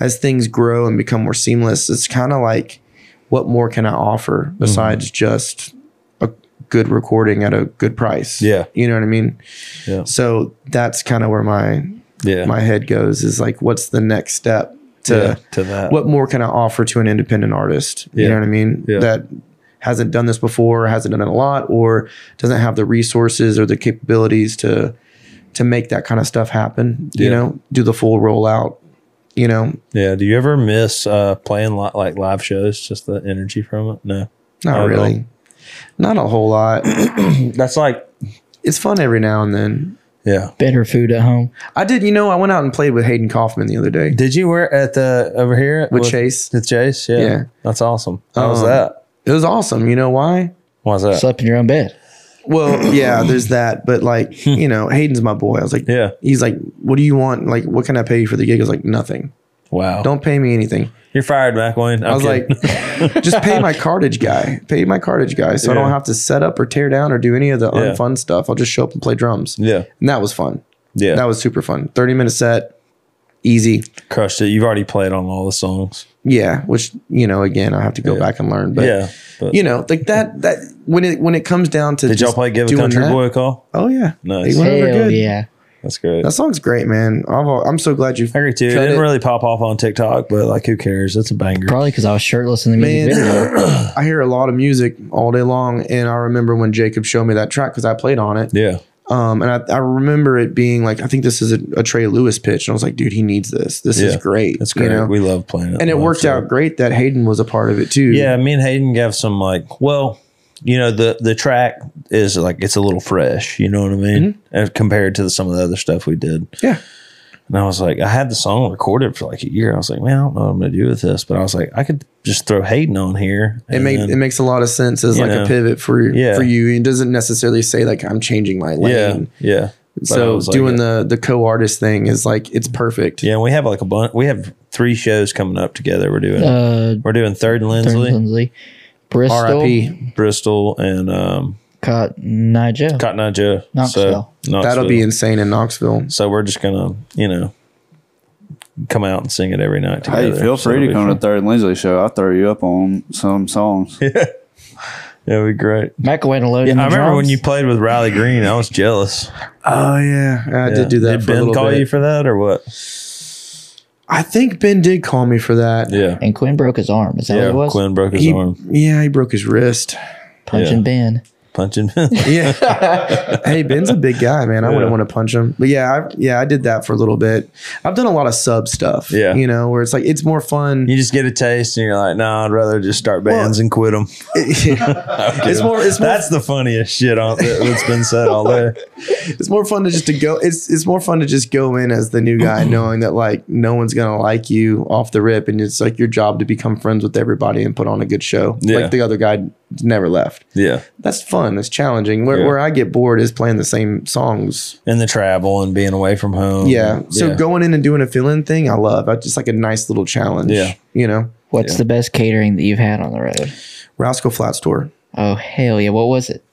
as things grow and become more seamless, it's kind of like what more can I offer
Mm-hmm.
besides just a good recording at a good price?
Yeah.
You know what I mean?
Yeah.
So that's kind of where my
yeah.
my head goes is like what's the next step to
yeah, to that.
what more can i offer to an independent artist you
Yeah.
know what i mean
Yeah.
that hasn't done this before, or hasn't done it a lot, or doesn't have the resources or the capabilities to to make that kind of stuff happen. You
Yeah.
know, do the full rollout. You know,
Yeah. Do you ever miss uh, playing li- like live shows? Just the energy from it? No.
not
Oh,
really, not a whole lot.
That's like,
it's fun every now and then.
yeah.
Better food at home.
I did, you know, I went out and played with Hayden Kaufman the other day
Did you wear at the over here
with Chase.
With Chase, yeah.
Yeah.
That's awesome. How was
Um,
that?
It was awesome. You know why?
Why was
Uh,
that?
Slept in your own bed.
Well, yeah, there's that, but like, you know, Hayden's my boy. I was like,
Hmm. Yeah.
He's like, what do you want? Like, what can I pay you for the gig? I was like, nothing.
Wow.
Don't pay me anything.
You're fired, Mac Wayne.
I was like, just pay my cartage guy. Pay my cartage guy, so I
Yeah.
don't have to set up or tear down or do any of the
Yeah.
unfun stuff. I'll just show up and play drums.
yeah.
And that was fun.
Yeah.
That was super fun. Thirty minute set, easy.
crushed it. You've already played on all the songs.
Yeah, which you know, again, I have to go
Yeah.
back and learn. But
yeah. But
you know, like that. That when it when it comes down to
did y'all play Give a Country Boy a Call?
Oh yeah,
Nice.
They went over
Hell
good.
yeah.
That's great.
That song's great, man. I've, al- I'm so glad you.
I agree too. It
Cut
didn't
it.
really pop off on TikTok, but like who cares? It's a banger.
Probably because I was shirtless in the music
Man,
video.
I hear a lot of music all day long, and I remember when Jacob showed me that track because I played on it.
Yeah.
Um, and I, I remember it being like, I think this is a, a Trey Lewis pitch, and I was like, dude, he needs this. This is
Yeah.
great.
That's great.
You know?
We love playing it.
and it
live,
worked
so-
out great that Hayden was a part of it too.
Yeah, me and Hayden gave some like, well, you know, the the track is like it's a little fresh, you know what I mean? As compared to the, some of the other stuff we did.
Mm-hmm. Yeah.
And I was like, I had the song recorded for like a year. I was like, man, I don't know what I'm gonna do with this, but I was like, I could just throw Hayden on here.
It
and
makes
then-
it makes a lot of sense as
You
like
know.
a pivot for
Yeah.
for you. It doesn't necessarily say like I'm changing my lane.
yeah, yeah. But I
so
was like,
doing
yeah.
the the co-artist thing is like it's perfect.
yeah, and we have like a bunch. We have three shows coming up together. We're doing
Uh,
we're doing Third and
Thurman
Lindsley,
Lindsley. Bristol.
R.I.P.
Bristol, and um,
Cotton Eye Joe.
Cotton Eye Joe. So,
Knoxville.
That'll
Knoxville.
be insane in Knoxville.
So we're just gonna, you know, come out and sing it every night together.
Hey, feel
So
free to
it'll be
come to Third and Lindsley show. I'll throw you up on some songs.
fun. Yeah, it'd be great.
McElwain alone.
Yeah,
in the
I remember when
drums.
you played with Riley Green. I was jealous.
Oh yeah, I
Yeah.
did do that.
Did
for a
Ben
little
call
bit.
you for that or what?
I think Ben did call me for that.
Yeah,
And Quinn broke his arm. Is that
yeah.
what it was?
Quinn broke his
He,
arm
yeah, he broke his wrist.
Punching
yeah.
Ben.
punching.
Yeah. hey, Ben's a big guy, man. I
Yeah.
wouldn't want to punch him. But yeah, I, yeah, I did that for a little bit. I've done a lot of sub stuff.
Yeah.
you know, where it's like it's more fun.
you just get a taste and you're like, no, nah, I'd rather just start bands and quit them.
it's more. It's more.
That's the funniest shit on, that- that's been said all day.
It's more fun to just to go. It's it's more fun to just go in as the new
Mm-hmm.
guy, knowing that like no one's gonna like you off the rip, and it's like your job to become friends with everybody and put on a good show.
Yeah.
Like the other guy never left.
Yeah,
That's fun. That's challenging. Where
Yeah.
where I get bored is playing the same songs
and the travel and being away from home.
Yeah. So
Mm-hmm. yeah.
going in and doing a fill in thing, I love. I just like a nice little challenge.
Yeah.
You know,
What's the best catering that you've had on the road?
Roscoe Flats tour,
Oh hell yeah! What was it?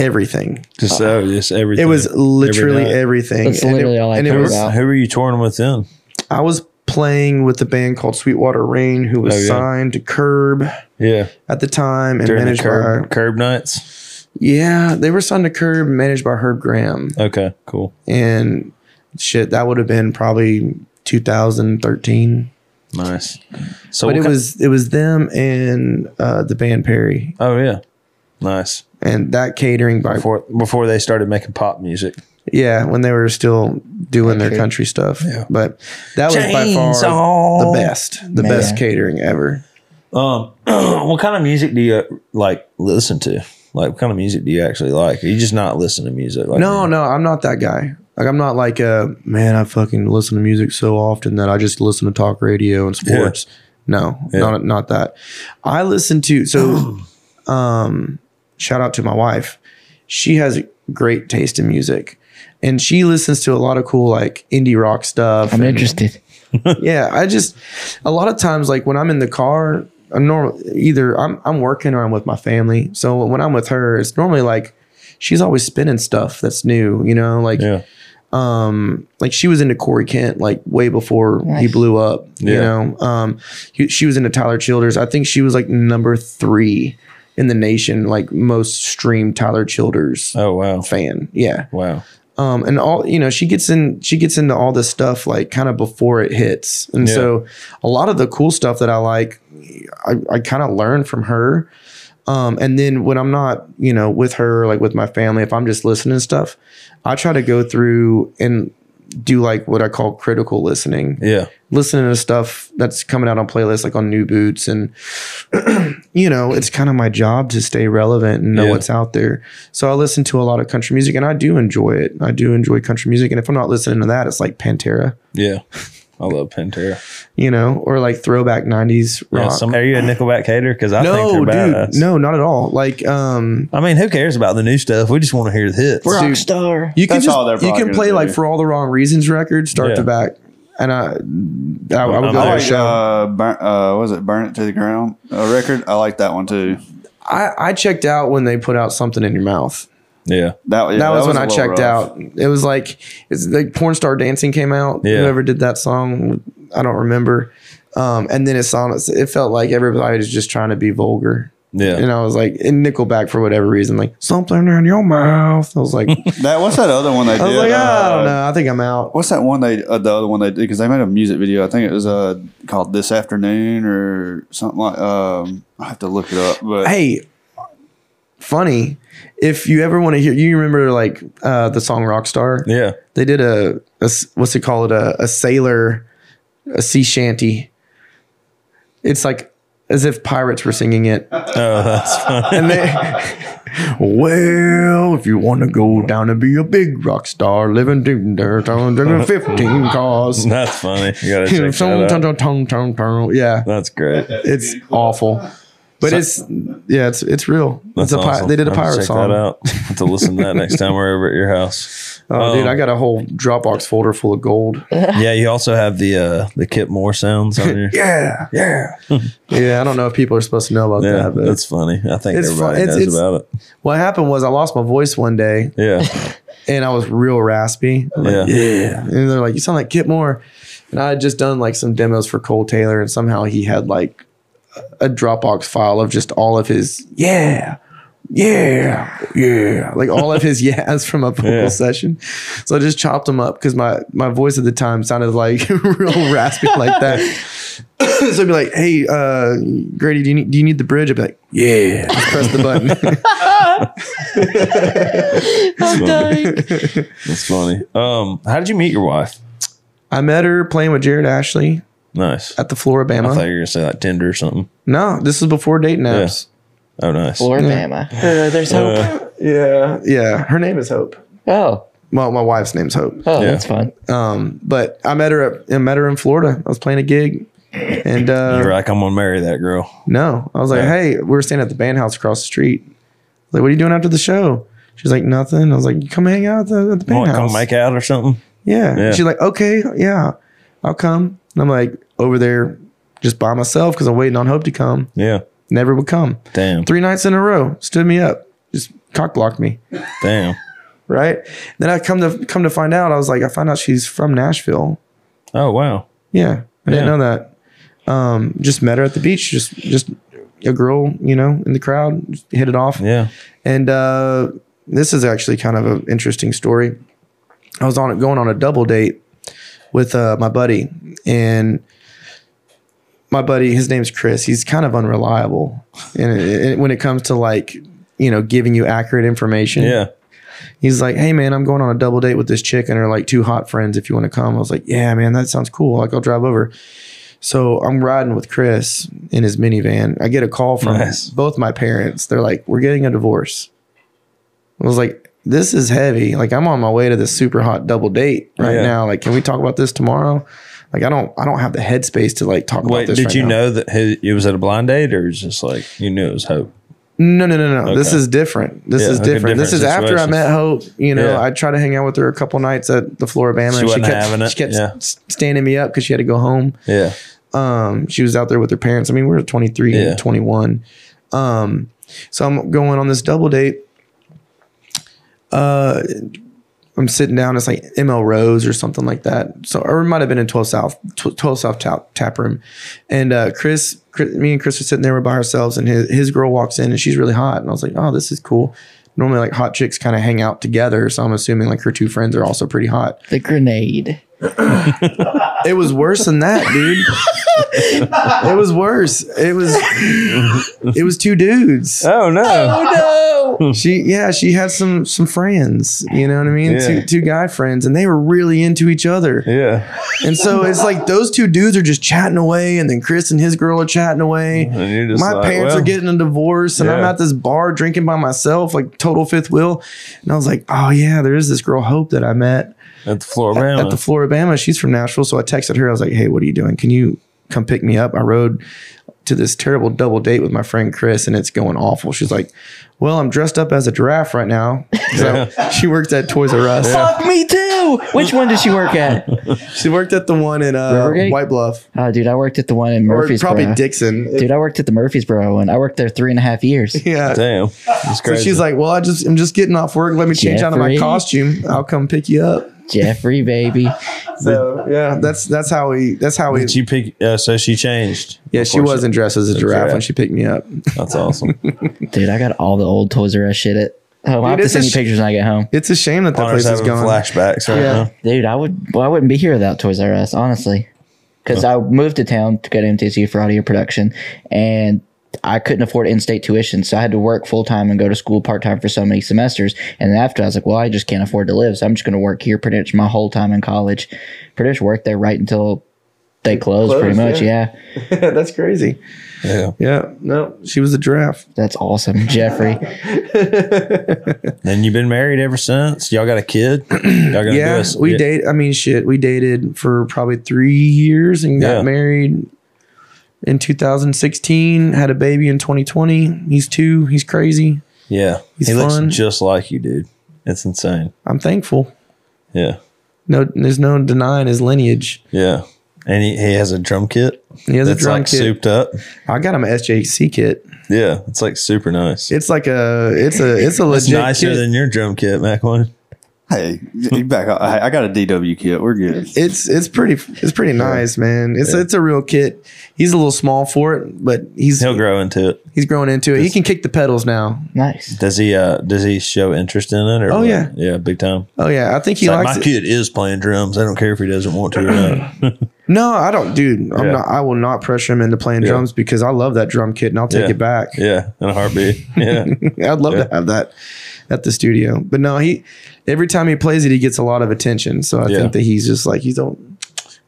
everything.
just so just everything.
It was literally
night.
everything.
That's
And it-
literally all I
and it
care
was-
about.
Who were you touring with then?
I was playing with a band called Sweetwater Rain, who was
Oh, yeah.
signed to Curb
Yeah,
at the time and
during the
managed
curb,
by
curb nights.
yeah, they were signed to Curb, managed by Herb Graham,
Okay, cool.
and shit, that would have been probably 2013.
Nice. So
But
what
it
ki-
was it was them and uh, the band Perry,
Oh yeah. Nice.
and that catering by
Before before they started making pop music.
Yeah, when they were still doing their country stuff. But that was by far the best, the
Man.
best catering ever.
Um what kind of music do you like listen to? Like what kind of music do you actually like? Are you just not listen to music? Like
No, no, I'm not that guy. Like I'm not like a man. I fucking listen to music so often that I just listen to talk radio and sports. No, not not that. I listen to so. um, shout out to my wife. She has great taste in music, and she listens to a lot of cool like indie rock stuff.
I'm
and-
interested.
yeah i just a lot of times like when i'm in the car i'm normal either i'm i'm working or i'm with my family so when i'm with her it's normally like she's always spinning stuff that's new you know like
Yeah.
um like she was into corey kent like way before he
Nice.
blew up you
Yeah.
know um he- she was into tyler childers i think she was like number three in the nation like most streamed tyler childers
Oh wow.
fan yeah
Wow.
um, and all you know she gets in she gets into all this stuff like kind of before it hits and
Yeah.
so a lot of the cool stuff that i like i, I kind of learn from her Um, and then when I'm not, you know, with her, like with my family, if I'm just listening to stuff, I try to go through and do like what I call critical listening
Yeah.
listening to stuff that's coming out on playlists like on new boots and you know it's kind of my job to stay relevant and know
Yeah.
what's out there so i listen to a lot of country music and i do enjoy it i do enjoy country music and if i'm not listening to that it's like pantera
Yeah. I love Pantera.
you know or like throwback 90s rock
Yeah, some, are you a Nickelback hater? Because I
no
think they're
dude
badass.
no not at all like um
I mean, who cares about the new stuff? We just want to hear the hits.
Dude.
Rockstar.
you can
That's all they're
just you
probably
can
gonna
play
do.
like for all the wrong reasons record start
Yeah.
to back and i i, I would go to a
I'm
I
there.
like,
show
uh, burn, uh, what was it Burn It to the Ground uh, record? I like that one too.
I, I checked out when they put out something in your mouth
Yeah.
That, yeah,
that was, when
a
I
little
checked
rough.
out. It was like it's like porn star dancing came out.
Yeah.
Whoever did that song, I don't remember. Um, and then it's on. It felt like everybody was just trying to be vulgar.
Yeah.
And I was like, in Nickelback for whatever reason, like something in your mouth. I was like, I was
That what's that other one they did?
like,
Uh,
oh no, I think I'm out.
What's that one they uh, the other one they did because they made a music video I think it was uh called this afternoon or something like um I have to look it up but
Hey, funny. If you ever want to hear, you remember like uh, the song Rockstar?
Yeah.
They did a, a s- what's it called a, a sailor a sea shanty. It's like as if pirates were singing it.
Oh, that's funny.
And they, well, if you want to go down and be a big rock star, living ding ding dong, ding, ding, fifteen cars.
That's funny. You gotta check
Tung,
that
tung,
out.
tung, tung, tung, tung. Yeah,
That's great.
it's awful, but it's yeah, it's it's real.
That's
It's a pi-
awesome.
they did a
I'll have to
pirate
check
song.
That out. Have to listen to that next time we're over at your house.
Oh, dude,
Um,
I got a whole Dropbox folder full of gold.
Yeah, you also have the uh the Kip Moore sounds on your.
Yeah, yeah, yeah. I don't know if people are supposed to know about
Yeah,
that, but
that's funny. I think
It's fun-
everybody
it's-
knows
it's-
about it.
what happened was I lost my voice one day
Yeah,
and I was real raspy. I'm like,
Yeah.
yeah. And they're like, you sound like Kip Moore. And I had just done like some demos for Cole Taylor, and somehow he had like a Dropbox file of just all of his yeah, yeah, yeah, like all of his yeahs from a vocal
Yeah.
session. So I just chopped them up because my my voice at the time sounded like real raspy like that. so I'd be like, hey, uh, Grady, do you need do you need the bridge? I'd be like, yeah, just press the button.
I'm dying.
that's funny. Um, how did you meet your wife?
I met her playing with Jared Ashley
Nice.
at the
I thought
Floribama.
you were gonna say like Tinder or something.
No, this was before dating apps.
Oh, nice.
Or Bama. Uh, there's hope.
Uh,
Yeah. yeah. Her name is Hope.
oh,
Well, my wife's name's Hope.
oh,
Yeah.
that's fun.
Um, but I met her at, I met her in Florida. I was playing a gig. And uh,
you're like, I'm gonna marry that girl.
no, I was like, hey, we were staying at the band house across the street. Like, what are you doing after the show? She's like, nothing. I was like, you come hang out at the, at the band
Want to
house.
come make out or something?
Yeah.
Yeah.
She's like, okay, yeah, I'll come. And I'm like, over there just by myself because I'm waiting on Hope to come.
Yeah.
Never would come.
Damn.
Three nights in a row, stood me up, just cock blocked me.
Damn.
right? Then I come to come to find out, I was like, I found out she's from Nashville.
Oh wow.
Yeah, I didn't
Yeah.
know that. Um, just met her at the beach, just just a girl, you know, in the crowd, just hit it off.
Yeah.
And uh, this is actually kind of an interesting story. I was on going on a double date with uh, my buddy, and my buddy, his name's Chris. He's kind of unreliable, and and when it comes to like you know giving you accurate information,
Yeah.
he's like, "Hey man, I'm going on a double date with this chick and her like two hot friends. If you want to come," I was like, "Yeah man, that sounds cool. Like I'll drive over." So I'm riding with Chris in his minivan. I get a call from
Nice.
both my parents. They're like, "We're getting a divorce." I was like, "This is heavy. Like I'm on my way to this super hot double date right
Yeah.
now. Like, can we talk about this tomorrow?" Like I don't, I don't have the headspace to like talk
Wait,
about this.
did
right
you
now.
know that who, it was at a blind date or is just like you knew it was Hope?
No, no, no, no. This
Okay.
is different. This
Yeah,
is
okay,
different. This is
different
after I
situations.
met Hope. You know,
Yeah.
I tried to hang out with her a couple nights at the Floribama.
She
and
wasn't
kept,
having it,
She kept
yeah.
s- standing me up because she had to go home.
Yeah.
Um, she was out there with her parents. I mean, we were 23
Yeah.
and 21. Um, so I'm going on this double date. Uh, I'm sitting down. It's like ML Rose or something like that. So, or it might have been in 12 South, tw- 12 South tap, tap room. And uh, Chris, Chris, me and Chris are sitting there. We're by ourselves, and his, his girl walks in, and she's really hot. And I was like, oh, this is cool. Normally, like hot chicks kind of hang out together. So I'm assuming like her two friends are also pretty hot.
The grenade.
It was worse than that, dude. it was worse. It was it was two dudes.
Oh no!
Oh no!
She yeah, she had some some friends, you know what I mean?
Yeah.
Two two guy friends and they were really into each other.
Yeah,
And so it's like those two dudes are just chatting away and then Chris and his girl are chatting away.
And you're just
My
like,
parents
well.
are getting a divorce and I'm
Yeah.
at this bar drinking by myself like total fifth wheel. And I was like, "Oh yeah, there is this girl Hope that I met."
at the floor
at the Floribama. She's from Nashville. So I texted her. I was like, hey, what are you doing? Can you come pick me up? I rode to this terrible double date with my friend Chris and it's going awful. She's like, well, I'm dressed up as a giraffe right now. So she worked at Toys R Us.
Fuck me too. Which one did she work at?
She worked at the one in uh,
Rivergate?
White Bluff
Oh, dude, I worked at the one in
or
Murfreesboro.
probably Dixon.
Dude, I worked at the Murfreesboro one. I worked there three and a half years.
yeah.
Damn, that's
So
crazy.
she's like, well, I just I'm just getting off work. Let me change out of my
Jeffrey.
costume. I'll come pick you up.
Jeffrey, baby.
So yeah, that's that's how we that's how we.
Did you pick? Uh, so she changed.
yeah, she wasn't dressed as a giraffe when
giraffe.
she picked me up.
That's awesome.
Dude, I got all the old Toys R Us shit at home. I have to
Dude, it's
send
a
you
sh-
pictures when I get home.
It's a shame that that
Connor's
place is
having
gone.
flashbacks right
Yeah.
now.
Dude, I would well, I wouldn't be here without Toys R Us, honestly. Because I moved to town to go to MTC for audio production and I couldn't afford in state tuition, so I had to work full time and go to school part time for so many semesters. And then after I was like, Well, I just can't afford to live, so I'm just gonna work here pretty much my whole time in college. Pretty much worked there right until they closed, pretty
closed,
much,
yeah.
yeah.
Yeah, that's crazy.
Yeah.
Yeah, no, she was a giraffe.
That's awesome, Jeffrey.
And you've been married ever since. Y'all got a kid. Y'all gonna do
Yeah,
us-
we
yeah.
date. I mean, shit, we dated for probably three years and got
Yeah.
married in 2016. Had a baby in 2020. He's two. He's crazy.
Yeah,
He's
he
fun.
looks just like you, dude. It's insane.
I'm thankful.
Yeah,
No, there's no denying his lineage.
yeah. And he, he has a drum kit.
He has
that's
a drum
like
kit.
souped up.
I got him a SJC kit.
Yeah, it's like super nice.
It's like a, it's a, it's a
It's
legit
nicer
kit.
than your drum kit, Mac one.
Hey, you back up. Hey, I got a DW kit. We're good.
it's it's pretty it's pretty nice, man. It's it's a real kit. He's a little small for it, but he's
He'll grow into it.
he's growing into it. He can kick the pedals now.
Nice.
Does he? uh Does he show interest in it? Or
Oh,
what?
yeah.
yeah, big time.
Oh yeah, I think he
It's like,
likes
my
it.
kid is playing drums. I don't care if he doesn't want to or not.
No, I don't, dude. I'm
Yeah.
not. I will not pressure him into playing
Yeah.
drums because I love that drum kit and I'll take
Yeah.
it back.
yeah, in a heartbeat. Yeah,
I'd love
Yeah.
to have that at the studio. But no, he every time he plays it, he gets a lot of attention. So I
Yeah.
think that he's just like he's don't. And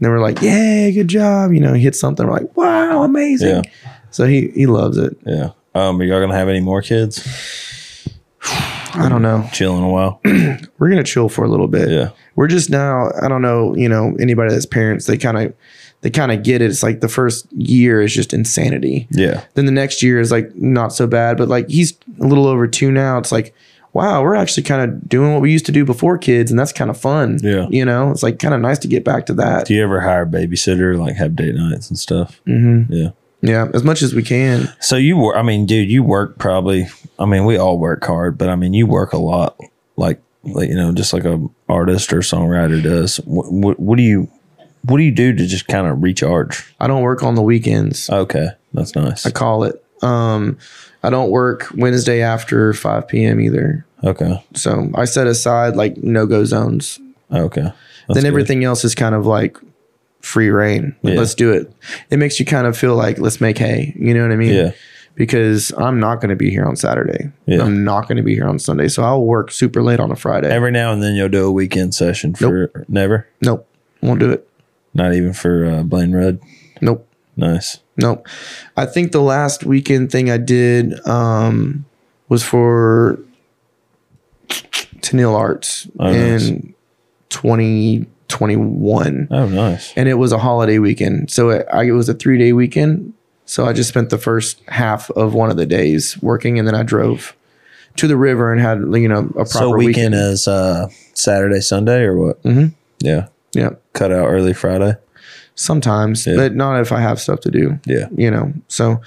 then we're like, yeah, good job. You know, he hits something. We're like, wow, amazing.
Yeah.
So he he loves it.
yeah. Um, are y'all gonna have any more kids?
I don't know.
Chilling a while.
We're gonna chill for a little bit.
Yeah,
we're just now i don't know you know anybody that's parents they kind of they kind of get it it's like the first year is just insanity
yeah,
then the next year is like not so bad but like he's a little over two now it's like wow we're actually kind of doing what we used to do before kids and that's kind of fun
Yeah.
you know it's like kind of nice to get back to that
Do you ever hire a babysitter, like have date nights and stuff?
Mhm.
Yeah.
yeah as much as we can
So you work, I mean, dude, you work probably, I mean, we all work hard, but I mean, you work a lot, like, like you know, just like a artist or songwriter does. What, what, what do you, what do you do to just kind of recharge?
i don't work on the weekends
Okay. That's nice.
i call it um i don't work wednesday after 5 p.m either
Okay.
so i set aside like no-go zones
Okay. That's
then
good.
everything else is kind of like free reign. Like,
Yeah.
Let's do it. It makes you kind of feel like let's make hay. You know what I mean?
Yeah.
Because I'm not going to be here on Saturday.
Yeah.
I'm not going to be here on Sunday. So I'll work super late on a Friday.
Every now and then you'll do a weekend session for never,
nope. Won't do it.
not even for uh, Blaine Rudd.
Nope.
Nice.
Nope. I think the last weekend thing I did um, was for Tenille Arts
Oh, nice.
in 2021.
Oh, nice.
and it was a holiday weekend. So it, I, it was a three day weekend. So I just spent the first half of one of the days working, and then I drove to the river and had you know a proper
So weekend,
weekend.
is uh, Saturday, Sunday or what?
Mhm.
Yeah.
Yeah,
Cut out early Friday.
sometimes,
Yeah.
but not if I have stuff to do.
Yeah.
You know, so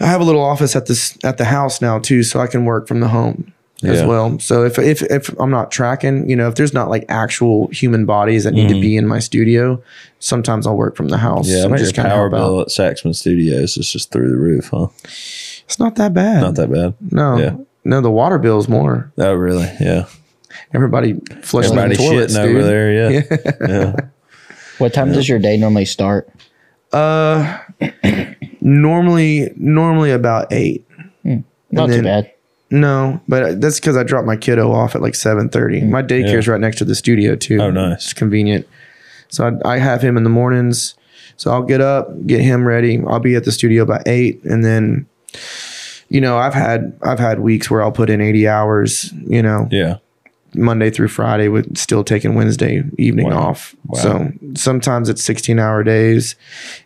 I have a little office at this at the house now too, so I can work from the home as
Yeah.
well. So if if if I'm not tracking, you know, if there's not like actual human bodies that need to be in my studio, sometimes I'll work from the house.
Mm-hmm. Yeah, I
and
bet your
kinda
power
help out.
bill at Saxman Studios is just through the roof, huh?
It's not that bad.
Not that bad.
No,
Yeah.
no, the water bill is more.
Oh, really? Yeah.
Everybody flushes
Everybody
the toilets,
shitting
dude.
over there. Yeah. yeah.
What time does your day normally start?
Uh, normally, normally about eight.
Not
then-
too bad.
No, but that's because I dropped my kiddo off at like seven thirty. My daycare's right next to the studio too.
Mm, Oh, nice.
It's convenient. So I, I have him in the mornings. So I'll get up, get him ready. I'll be at the studio by eight, and then, you know, I've had I've had weeks where I'll put in eighty hours. You know,
Yeah.
Monday through Friday with still taking Wednesday evening
Wow.
off. So sometimes it's 16 hour days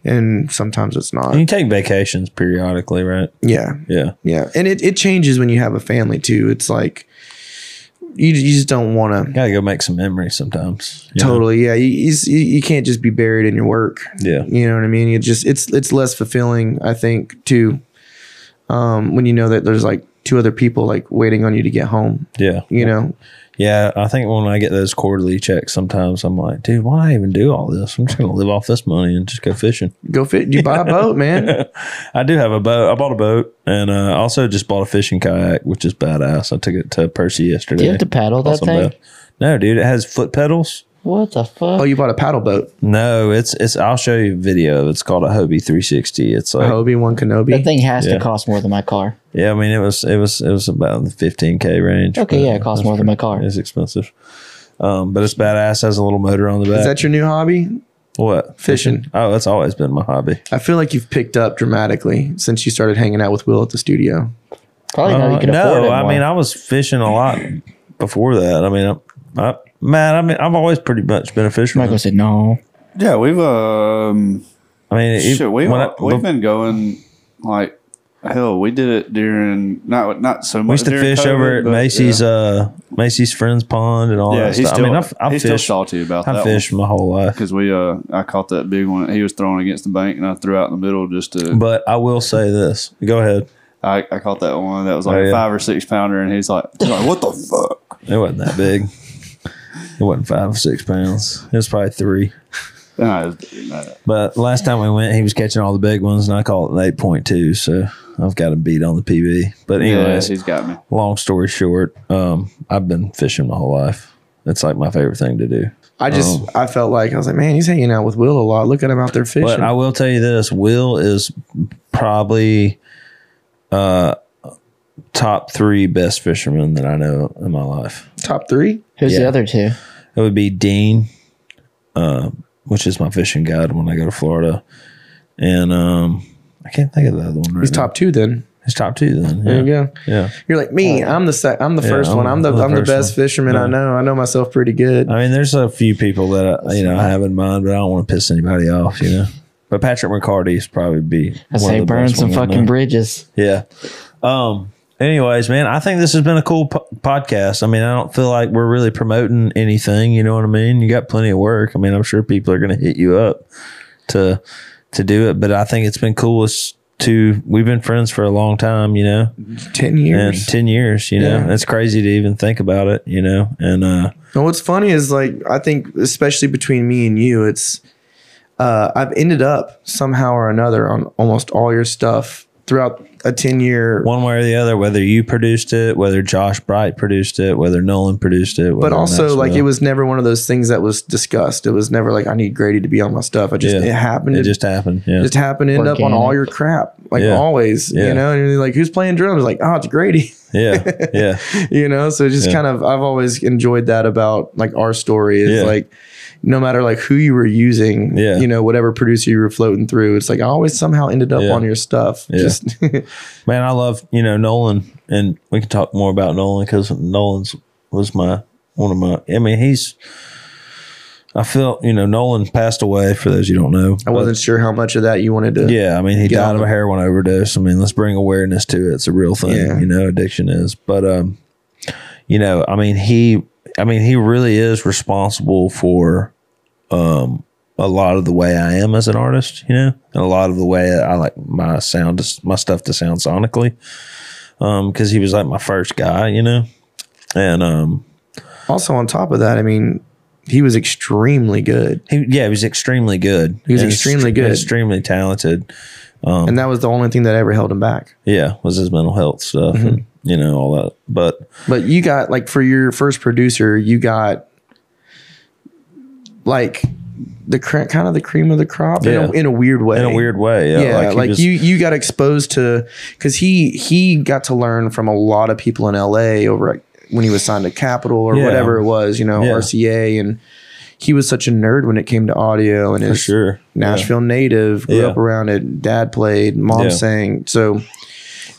and sometimes it's not.
And you take vacations periodically, right?
Yeah.
Yeah.
Yeah. And it, it changes when you have a family too. It's like you, you just don't want to
Gotta go make some memories sometimes. you know?
totally. Yeah. You, you, s- you- you can't just be buried in your work.
Yeah.
You know what I mean? It just, it's, it's less fulfilling, I think, too. Um, when you know that there's like two other people like waiting on you to get home,
Yeah.
you know?
Yeah. I think when I get those quarterly checks, sometimes I'm like, dude, why do I even do all this? I'm just gonna live off this money and just go fishing.
Go fit. You buy a boat, man.
I do have a boat. I bought a boat and uh, I also just bought a fishing kayak, which is badass. I took it to Percy yesterday.
Do you have to paddle that
Awesome
thing?
boat. No, dude, it has foot pedals.
What the fuck?
Oh, you bought a paddle boat.
No, it's it's. I'll show you a video. of it. It's called a Hobie 360. It's
Oh.
like
Obi Wan Kenobi.
that thing has
Yeah.
to cost more than my car.
yeah. I mean, it was it was it was about in the 15k range.
Okay,
but
yeah, it costs
it's
more than my
pretty-
car.
It's expensive, um, but it's badass. Has a little motor on the back.
Is that your new hobby?
what
Fishing.
Oh, that's always been my hobby.
I feel like you've picked up dramatically since you started hanging out with Will at the studio.
Probably now
Uh,
you can afford it.
no, I
more.
mean I was fishing a lot before that. I mean, I, I, man, I mean I've always pretty much been a fisherman.
Michael said no.
Yeah, we've um,
I mean, it-
shit, we
when I-
we've been going like hell. We did it during not not so much.
we used to
during
fish
COVID,
over at
but,
Macy's
Yeah,
uh Macy's friends pond and all
yeah
that
he's
stuff.
still.
I mean, I've, I've
he's
fished.
still salty about
I
that.
fished my whole life.
because we uh, I caught that big one. that He was throwing against the bank, and I threw out in the middle just to.
But I will say this. Go ahead.
I, I caught that one that was like
Oh, yeah.
a five or six pounder, and he's like, he's like, "What the fuck?"
It wasn't that big. It wasn't five or six pounds. It was probably three.
And I, uh, and I-
But last time we went, he was catching all the big ones, and I caught an eight point two. So I've got him beat on the PB. But
yeah,
anyways,
he's got me.
long story short, um, I've been fishing my whole life. It's like my favorite thing to do.
I just,
Oh.
I felt like I was like, man, he's hanging out with Will a lot. Look at him out there fishing.
But I will tell you this: Will is probably uh, top three best fishermen that I know in my life.
Top three.
Who's the
Yeah.
other two?
It would be Dean, uh, which is my fishing guide when I go to Florida, and um, I can't think of the other one. Right
He's
now.
top two. Then
He's top two. Then
there
yeah.
you go.
yeah.
You're like me. I'm the sec- I'm the first
I'm-
one. I'm the
I'm the
I'm the best
first one.
fisherman I
Yeah. Uh,
know. I know myself pretty good.
I mean, there's a few people that I, you know I have in mind, but I don't want to piss anybody off. You know. But Patrick McCarty's probably be.
I say burn some fucking bridges.
Yeah. Um. Anyways, man, I think this has been a cool po- podcast. I mean, I don't feel like we're really promoting anything. You know what I mean? You got plenty of work. I mean, I'm sure people are going to hit you up to to do it, but I think it's been cool. It's to we've been friends for a long time, you know,
Ten years.
and ten years. You know,
Yeah.
it's crazy to even think about it. You know, and uh,
And what's funny is like I think especially between me and you, it's uh, I've ended up somehow or another on almost all your stuff throughout a ten year.
one way or the other, whether you produced it, whether Josh Bright produced it, whether Nolan produced it,
but
whether
also like it
Maxwell-
was never one of those things that was discussed. It was never like I need Grady to be on my stuff. I just
Yeah.
it happened. to
it just happened. Yeah,
just happened to end up on
Organic.
all your crap, like
Yeah.
always,
Yeah.
you know. And you're like, who's playing drums? Like, oh, it's Grady,
yeah, yeah.
you know. So it just
Yeah.
kind of, I've always enjoyed that about like our story is
Yeah.
like, no matter like who you were using,
Yeah.
you know, whatever producer you were floating through, it's like I always somehow ended up
Yeah.
on your stuff.
Yeah.
Just
Man, I love you know Nolan, and we can talk more about Nolan because Nolan's was my one of my. I mean, he's. I feel you know Nolan passed away. For those you don't know,
I wasn't sure how much of that you wanted to.
But, yeah, I mean, he died of a heroin overdose. I mean, let's bring awareness to it. It's a real thing,
Yeah.
you know. Addiction is, but um, you know, I mean, he, I mean, he really is responsible for um a lot of the way I am as an artist, you know, and a lot of the way I like my sound, my stuff to sound sonically because he was like my first guy, you know. And um,
Also, on top of that, I mean, he was extremely good,
he yeah, he was extremely good.
He was
And
extremely good.
extremely talented. Um.
and that was the only thing that ever held him back.
Yeah, was his mental health stuff
Mm-hmm.
and you know all that. But
But you got like for your first producer, you got like the cra- kind of the cream of the crop in, a,
Yeah.
in a weird way.
in a weird way. Yeah,
yeah, like,
he just-
you you got exposed to because he he got to learn from a lot of people in L.A. over at, when he was signed to Capitol or
Yeah.
whatever it was, you know,
Yeah.
RCA, and he was such a nerd when it came to audio and
for
his
sure.
Nashville native, grew
Yeah.
up around it. Dad played, mom
Yeah.
sang. So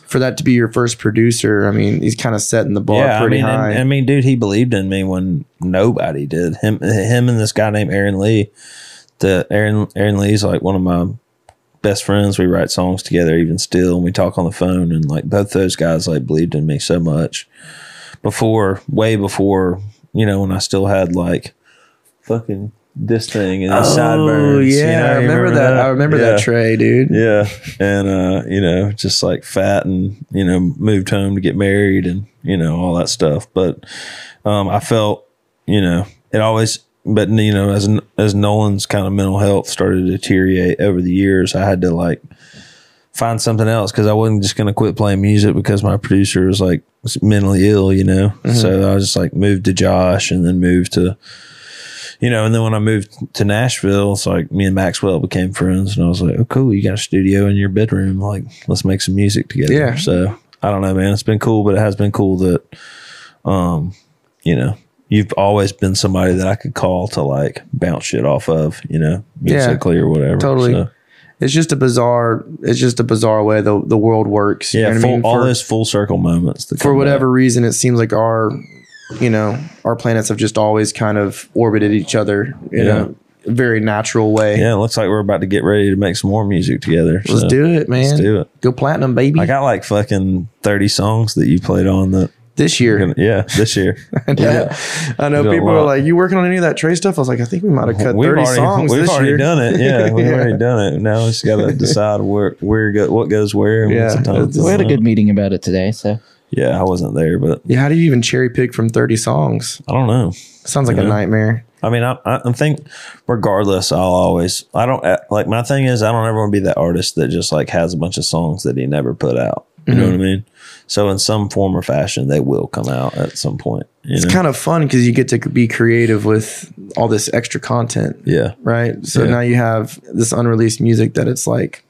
for that to be your first producer, I mean, he's kind of setting the bar
I
pretty
mean, and-
high.
I mean, dude, he believed in me when nobody did. Him, him, and this guy named Aaron Lee. The Aaron Aaron Lee's like one of my best friends. We write songs together, even still, and we talk on the phone. And like both those guys, like believed in me so much before, way before, you know, when I still had like fucking this thing and the sideburns. you know,
I
you
Oh, remember, that. I remember
Yeah.
that Trey, dude.
Yeah. And, uh, you know, just like fat and, you know, moved home to get married and, you know, all that stuff. But um, I felt, you know, it always, but, you know, as, as Nolan's kind of mental health started to deteriorate over the years, I had to like find something else because I wasn't just going to quit playing music because my producer was like mentally ill, you know?
Mm-hmm.
So I was just like moved to Josh and then moved to, you know, and then when I moved to Nashville, it's like me and Maxwell became friends, and I was like, "Oh, cool! You got a studio in your bedroom. Like, let's make some music together."
Yeah.
So I don't know, man. It's been cool, but it has been cool that, um, you know, you've always been somebody that I could call to like bounce shit off of, you know,
Yeah.
musically or whatever.
Totally.
So,
It's just a bizarre. It's just a bizarre way the the world works. you
yeah,
know what
full,
I mean?
all
For-
those full circle moments. That
for
come
whatever reason, it seems like our, you know, our planets have just always kind of orbited each other in a very natural way.
back. Yeah, it looks like we're about to get ready to make some more music together.
Let's
so
do it, man.
Let's do it.
Go platinum, baby.
I got like fucking thirty songs that you played on that.
this year.
Yeah, this year.
yeah. I know
Did a
people are
lot.
like, "You working on any of that Trey stuff?" I was like, "I think we might have cut
we've
thirty
already,
songs
We've
this
already
year."
done it. Yeah, we've
Yeah.
already done it. Now it's got to decide where where go, what goes where. And
Yeah,
what's the time.
it's-
We had a good meeting about it today, so
Yeah, I wasn't there, but
Yeah, how do you even cherry pick from thirty songs?
I don't know.
Sounds like a
Yeah.
nightmare.
I mean, I, I I think regardless, I'll always I don't uh, like my thing is I don't ever want to be that artist that just like has a bunch of songs that he never put out. You know what I
Mm-hmm.
mean? So in some form or fashion, they will come out at some point. You
It's
know?
kind of fun because you get to be creative with all this extra content,
yeah,
right? So
Yeah.
now you have this unreleased music that it's like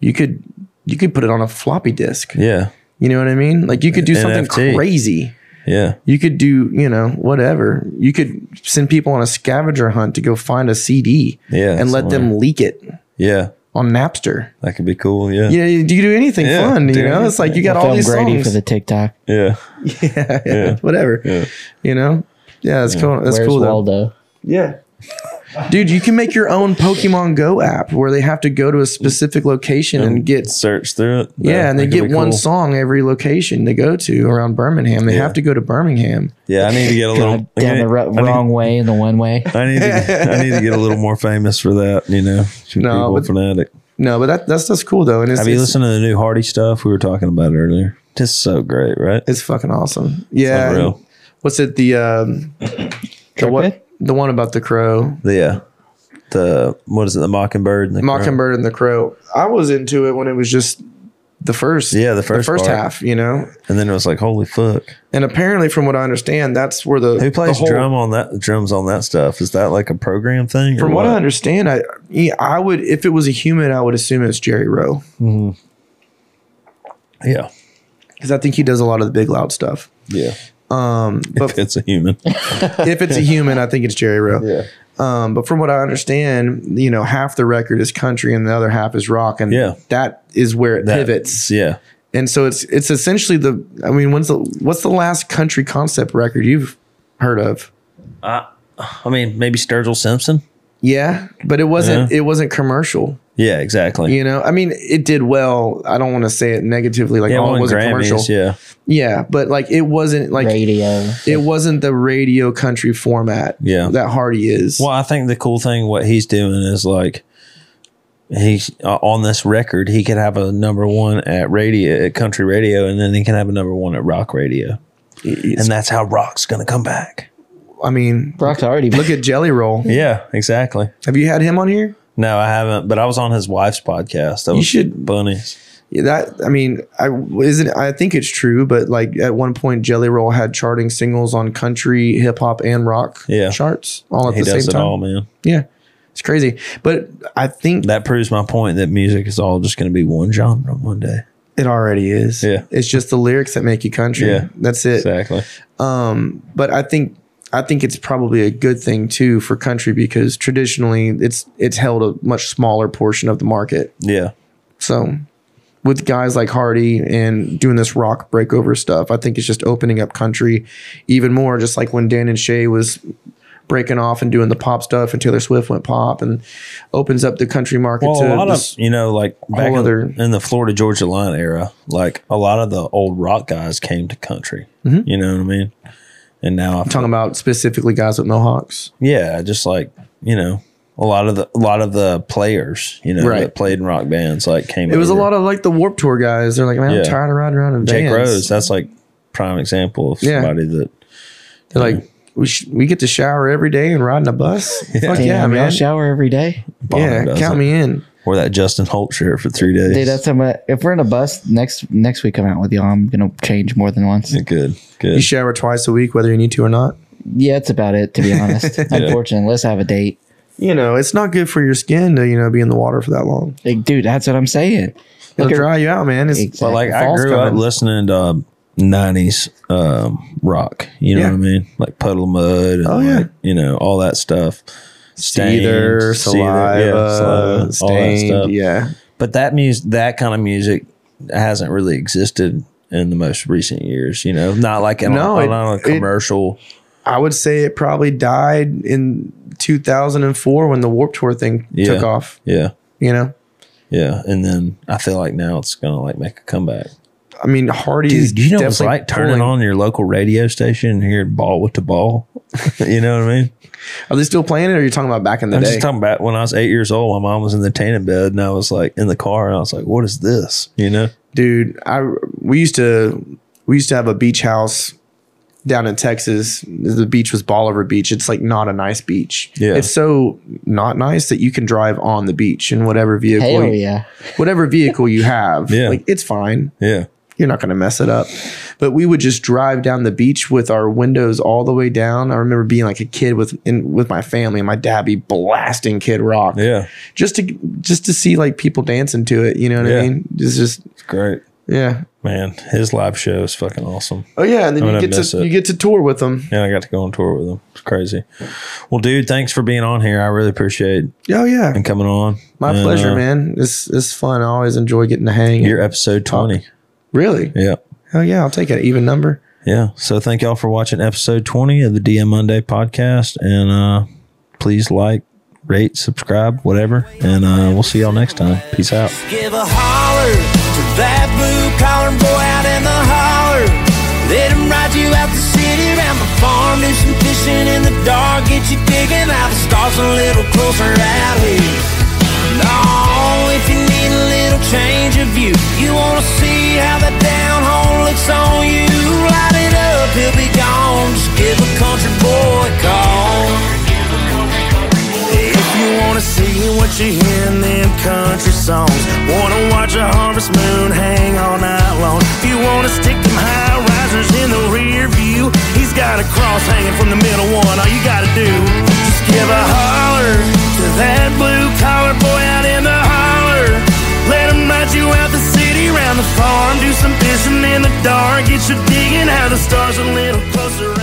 you could you could put it on a floppy disk.
yeah,
You know what I mean? Like you could do something
NFT.
crazy.
yeah.
You could do, you know, whatever. You could send people on a scavenger hunt to go find a CD
Yeah,
and let them leak it
Yeah,
on Napster.
that could be cool. Yeah,
Yeah, you you do anything
Yeah,
fun, you
do
know? It's like you got
I
all
filmed
these
Brady
songs.
for the TikTok.
yeah,
yeah,
Yeah.
whatever.
yeah.
You know? Yeah, it's cool. That's
Where's
cool though.
Waldo?
Yeah. Dude, you can make your own Pokemon Go app where they have to go to a specific location and get
Search through it.
yeah, and they
that could
get
be
one
cool.
song every location they go to around Birmingham. They
Yeah.
have to go to Birmingham.
Yeah, I need to get a little
God, down the ru-
I need-
wrong way and the one way.
I need to I need to get a little more famous for that, you know. Should
No,
people
but-
fanatic.
No, but that that's that's cool though. And it's
Have you
it's-
listened to the new Hardy stuff we were talking about earlier? Just so great, right?
It's fucking awesome. Yeah.
Unreal.
What's it? The um, the
Trumpet?
what? The one about the crow,
The uh, the what is it? The Mockingbird. And the Crow.
Mockingbird and the Crow. I was into it when it was just the first.
Yeah, the first part.
half, you know.
And then it was like, holy fuck!
And apparently, from what I understand, that's where the
Who plays
the whole-
drum on that? Drums on that stuff? Is that like a program thing? or
From what I understand, I yeah, I would if it was a human, I would assume it's Jerry Rowe
yeah,
because I think he does a lot of the big loud stuff.
yeah.
Um, But
It's a human.
if it's a human, I think it's Jerry Rowe.
Yeah.
Um, but from what I understand, you know, half the record is country and the other half is rock, and
Yeah.
that is where it
That-
pivots.
Yeah.
and so it's it's essentially the I mean, when's the what's the last country concept record you've heard of?
I mean, maybe Sturgill Simpson.
Yeah, but it wasn't it wasn't commercial.
Yeah, exactly.
You know, I mean, it did well. I don't want to say it negatively, like
Yeah,
oh,
won
it wasn't
Grammys,
commercial. Yeah.
Yeah,
but like it wasn't like
Radio.
it wasn't the radio country format.
Yeah.
that Hardy is.
Well, I think the cool thing what he's doing is like he's uh, on this record. He could have a number one at radio, at country radio, and then he can have a number one at rock radio, and that's how rock's gonna come back.
I mean,
Brock's already
look at Jelly Roll.
Yeah, exactly.
Have you had him on here?
No, I haven't, but I was on his wife's podcast. That
You
was
should-
bunnies.
Yeah, that I mean, I isn't. I think it's true, but like at one point, Jelly Roll had charting singles on country, hip hop, and rock
Yeah.
charts all at
He
the same
does it
time.
all, man.
Yeah, It's crazy. But I think
That proves my point that music is all just going to be one genre one day.
it already is.
Yeah.
It's just the lyrics that make you country.
Yeah.
That's it.
Exactly.
but I think I think it's probably a good thing too for country because traditionally it's it's held a much smaller portion of the market.
Yeah.
So with guys like Hardy and doing this rock breakover stuff, I think it's just opening up country even more. Just like when Dan and Shay was breaking off and doing the pop stuff, and Taylor Swift went pop, and opens up the country market
Well,
to
a lot
this-
of you know, like back in,
other-
in the Florida Georgia line era, like a lot of the old rock guys came to country.
Mm-hmm.
You know what I mean? And now, I,
talking about specifically guys with mohawks.
yeah, just like you know, a lot of the a lot of the players, you know,
Right.
that played in rock bands, like came.
It was a lot of like the Warp Tour guys. They're like, man,
Yeah.
I'm tired of riding around in
Jake
vans.
Rose. That's like prime example of
Yeah.
somebody that
They're like, we, sh- we get to shower every day and ride in a bus. Fuck
Damn,
yeah,
y'all
man.
shower every day.
Yeah,
Bonham does
count
it.
me in.
Wore that Justin Holt shirt for three days.
Dude, that's how much. If we're in a bus next next week, I'm out with y'all. I'm gonna change more than once.
good.
You
Good.
shower twice a week, whether you need to or not.
Yeah, it's about it to be honest. Unfortunately, unless I have a date.
You know, it's not good for your skin to you know be in the water for that long.
Like, dude, that's what I'm saying.
It'll
Look at-
dry you out, man. It's
Exactly.
But like I
Fall's
grew up
coming.
listening to um, '90s um, rock. You know
Yeah.
what I mean? Like Puddle of Mud. And
Oh,
like,
yeah.
You know all that stuff. Stained,
Seether,
Seether, yeah, saliva, all
saliva,
that stuff.
stained, yeah.
But that music, that kind of music, hasn't really existed in the most recent years. You know, not like in
No,
a,
it-
on a
it-
commercial.
I would say it probably died in 2004 when the Warp Tour thing
Yeah.
took off.
yeah,
You know,
yeah. And then I feel like now it's gonna like make a comeback.
I mean, Hardy is
Dude, you know what it's
definitely
like turning
pulling-
on your local radio station and hearing ball with the ball. you know what I mean?
Are they still playing it? or Are you talking about back in the
I'm
day?
just talking about when I was eight years old, my mom was in the tanning bed and I was like in the car and I was like, What is this? You know?
dude i we used to we used to have a beach house down in texas the beach was bolivar beach it's like not a nice beach
Yeah.
it's so not nice that you can drive on the beach in whatever vehicle
Hell
you,
yeah.
whatever vehicle you have
Yeah.
like it's fine
Yeah.
you're not going to mess it up but we would just drive down the beach with our windows all the way down i remember being like a kid with in, with my family and my dad be blasting kid rock
Yeah.
just to just to see like people dancing to it you know what
Yeah.
i mean it's just
It's great.
yeah
Man, his live show is fucking awesome.
Oh yeah, and then
I'm
you
gonna
get
miss
to
it.
you get to tour with them.
Yeah, I got to go on tour with him. It's crazy. Well, dude, thanks for being on here. I really appreciate it
Oh yeah,
and coming on.
my
And,
pleasure,
uh,
man. It's it's fun. I always enjoy getting to hang.
You're episode 20.
really?
Yeah.
Hell yeah, I'll take an even number.
Yeah. So thank y'all for watching episode 20 of the DM Monday podcast. And uh, please like, rate, subscribe, whatever. And uh, we'll see y'all next time. Peace out.
Give a holler to that blue collar boy out in the holler. Let him ride you out the city, around the farm, do some fishing in the dark, get you digging out the stars a little closer out here. No, if you need a little change of view, you wanna see how that down home looks on you. Light it up, he'll be gone. Just give a country boy a call. If you wanna see what you hear in them country songs, wanna watch a harvest moon hang all night long. If you wanna stick them high risers in the rear view, he's got a cross hanging from the middle one. All you gotta do just give a holler to that blue collar boy out in the holler. Let him ride you out the city, round the farm, do some fishing in the dark, get you digging how the stars a little closer. Oh,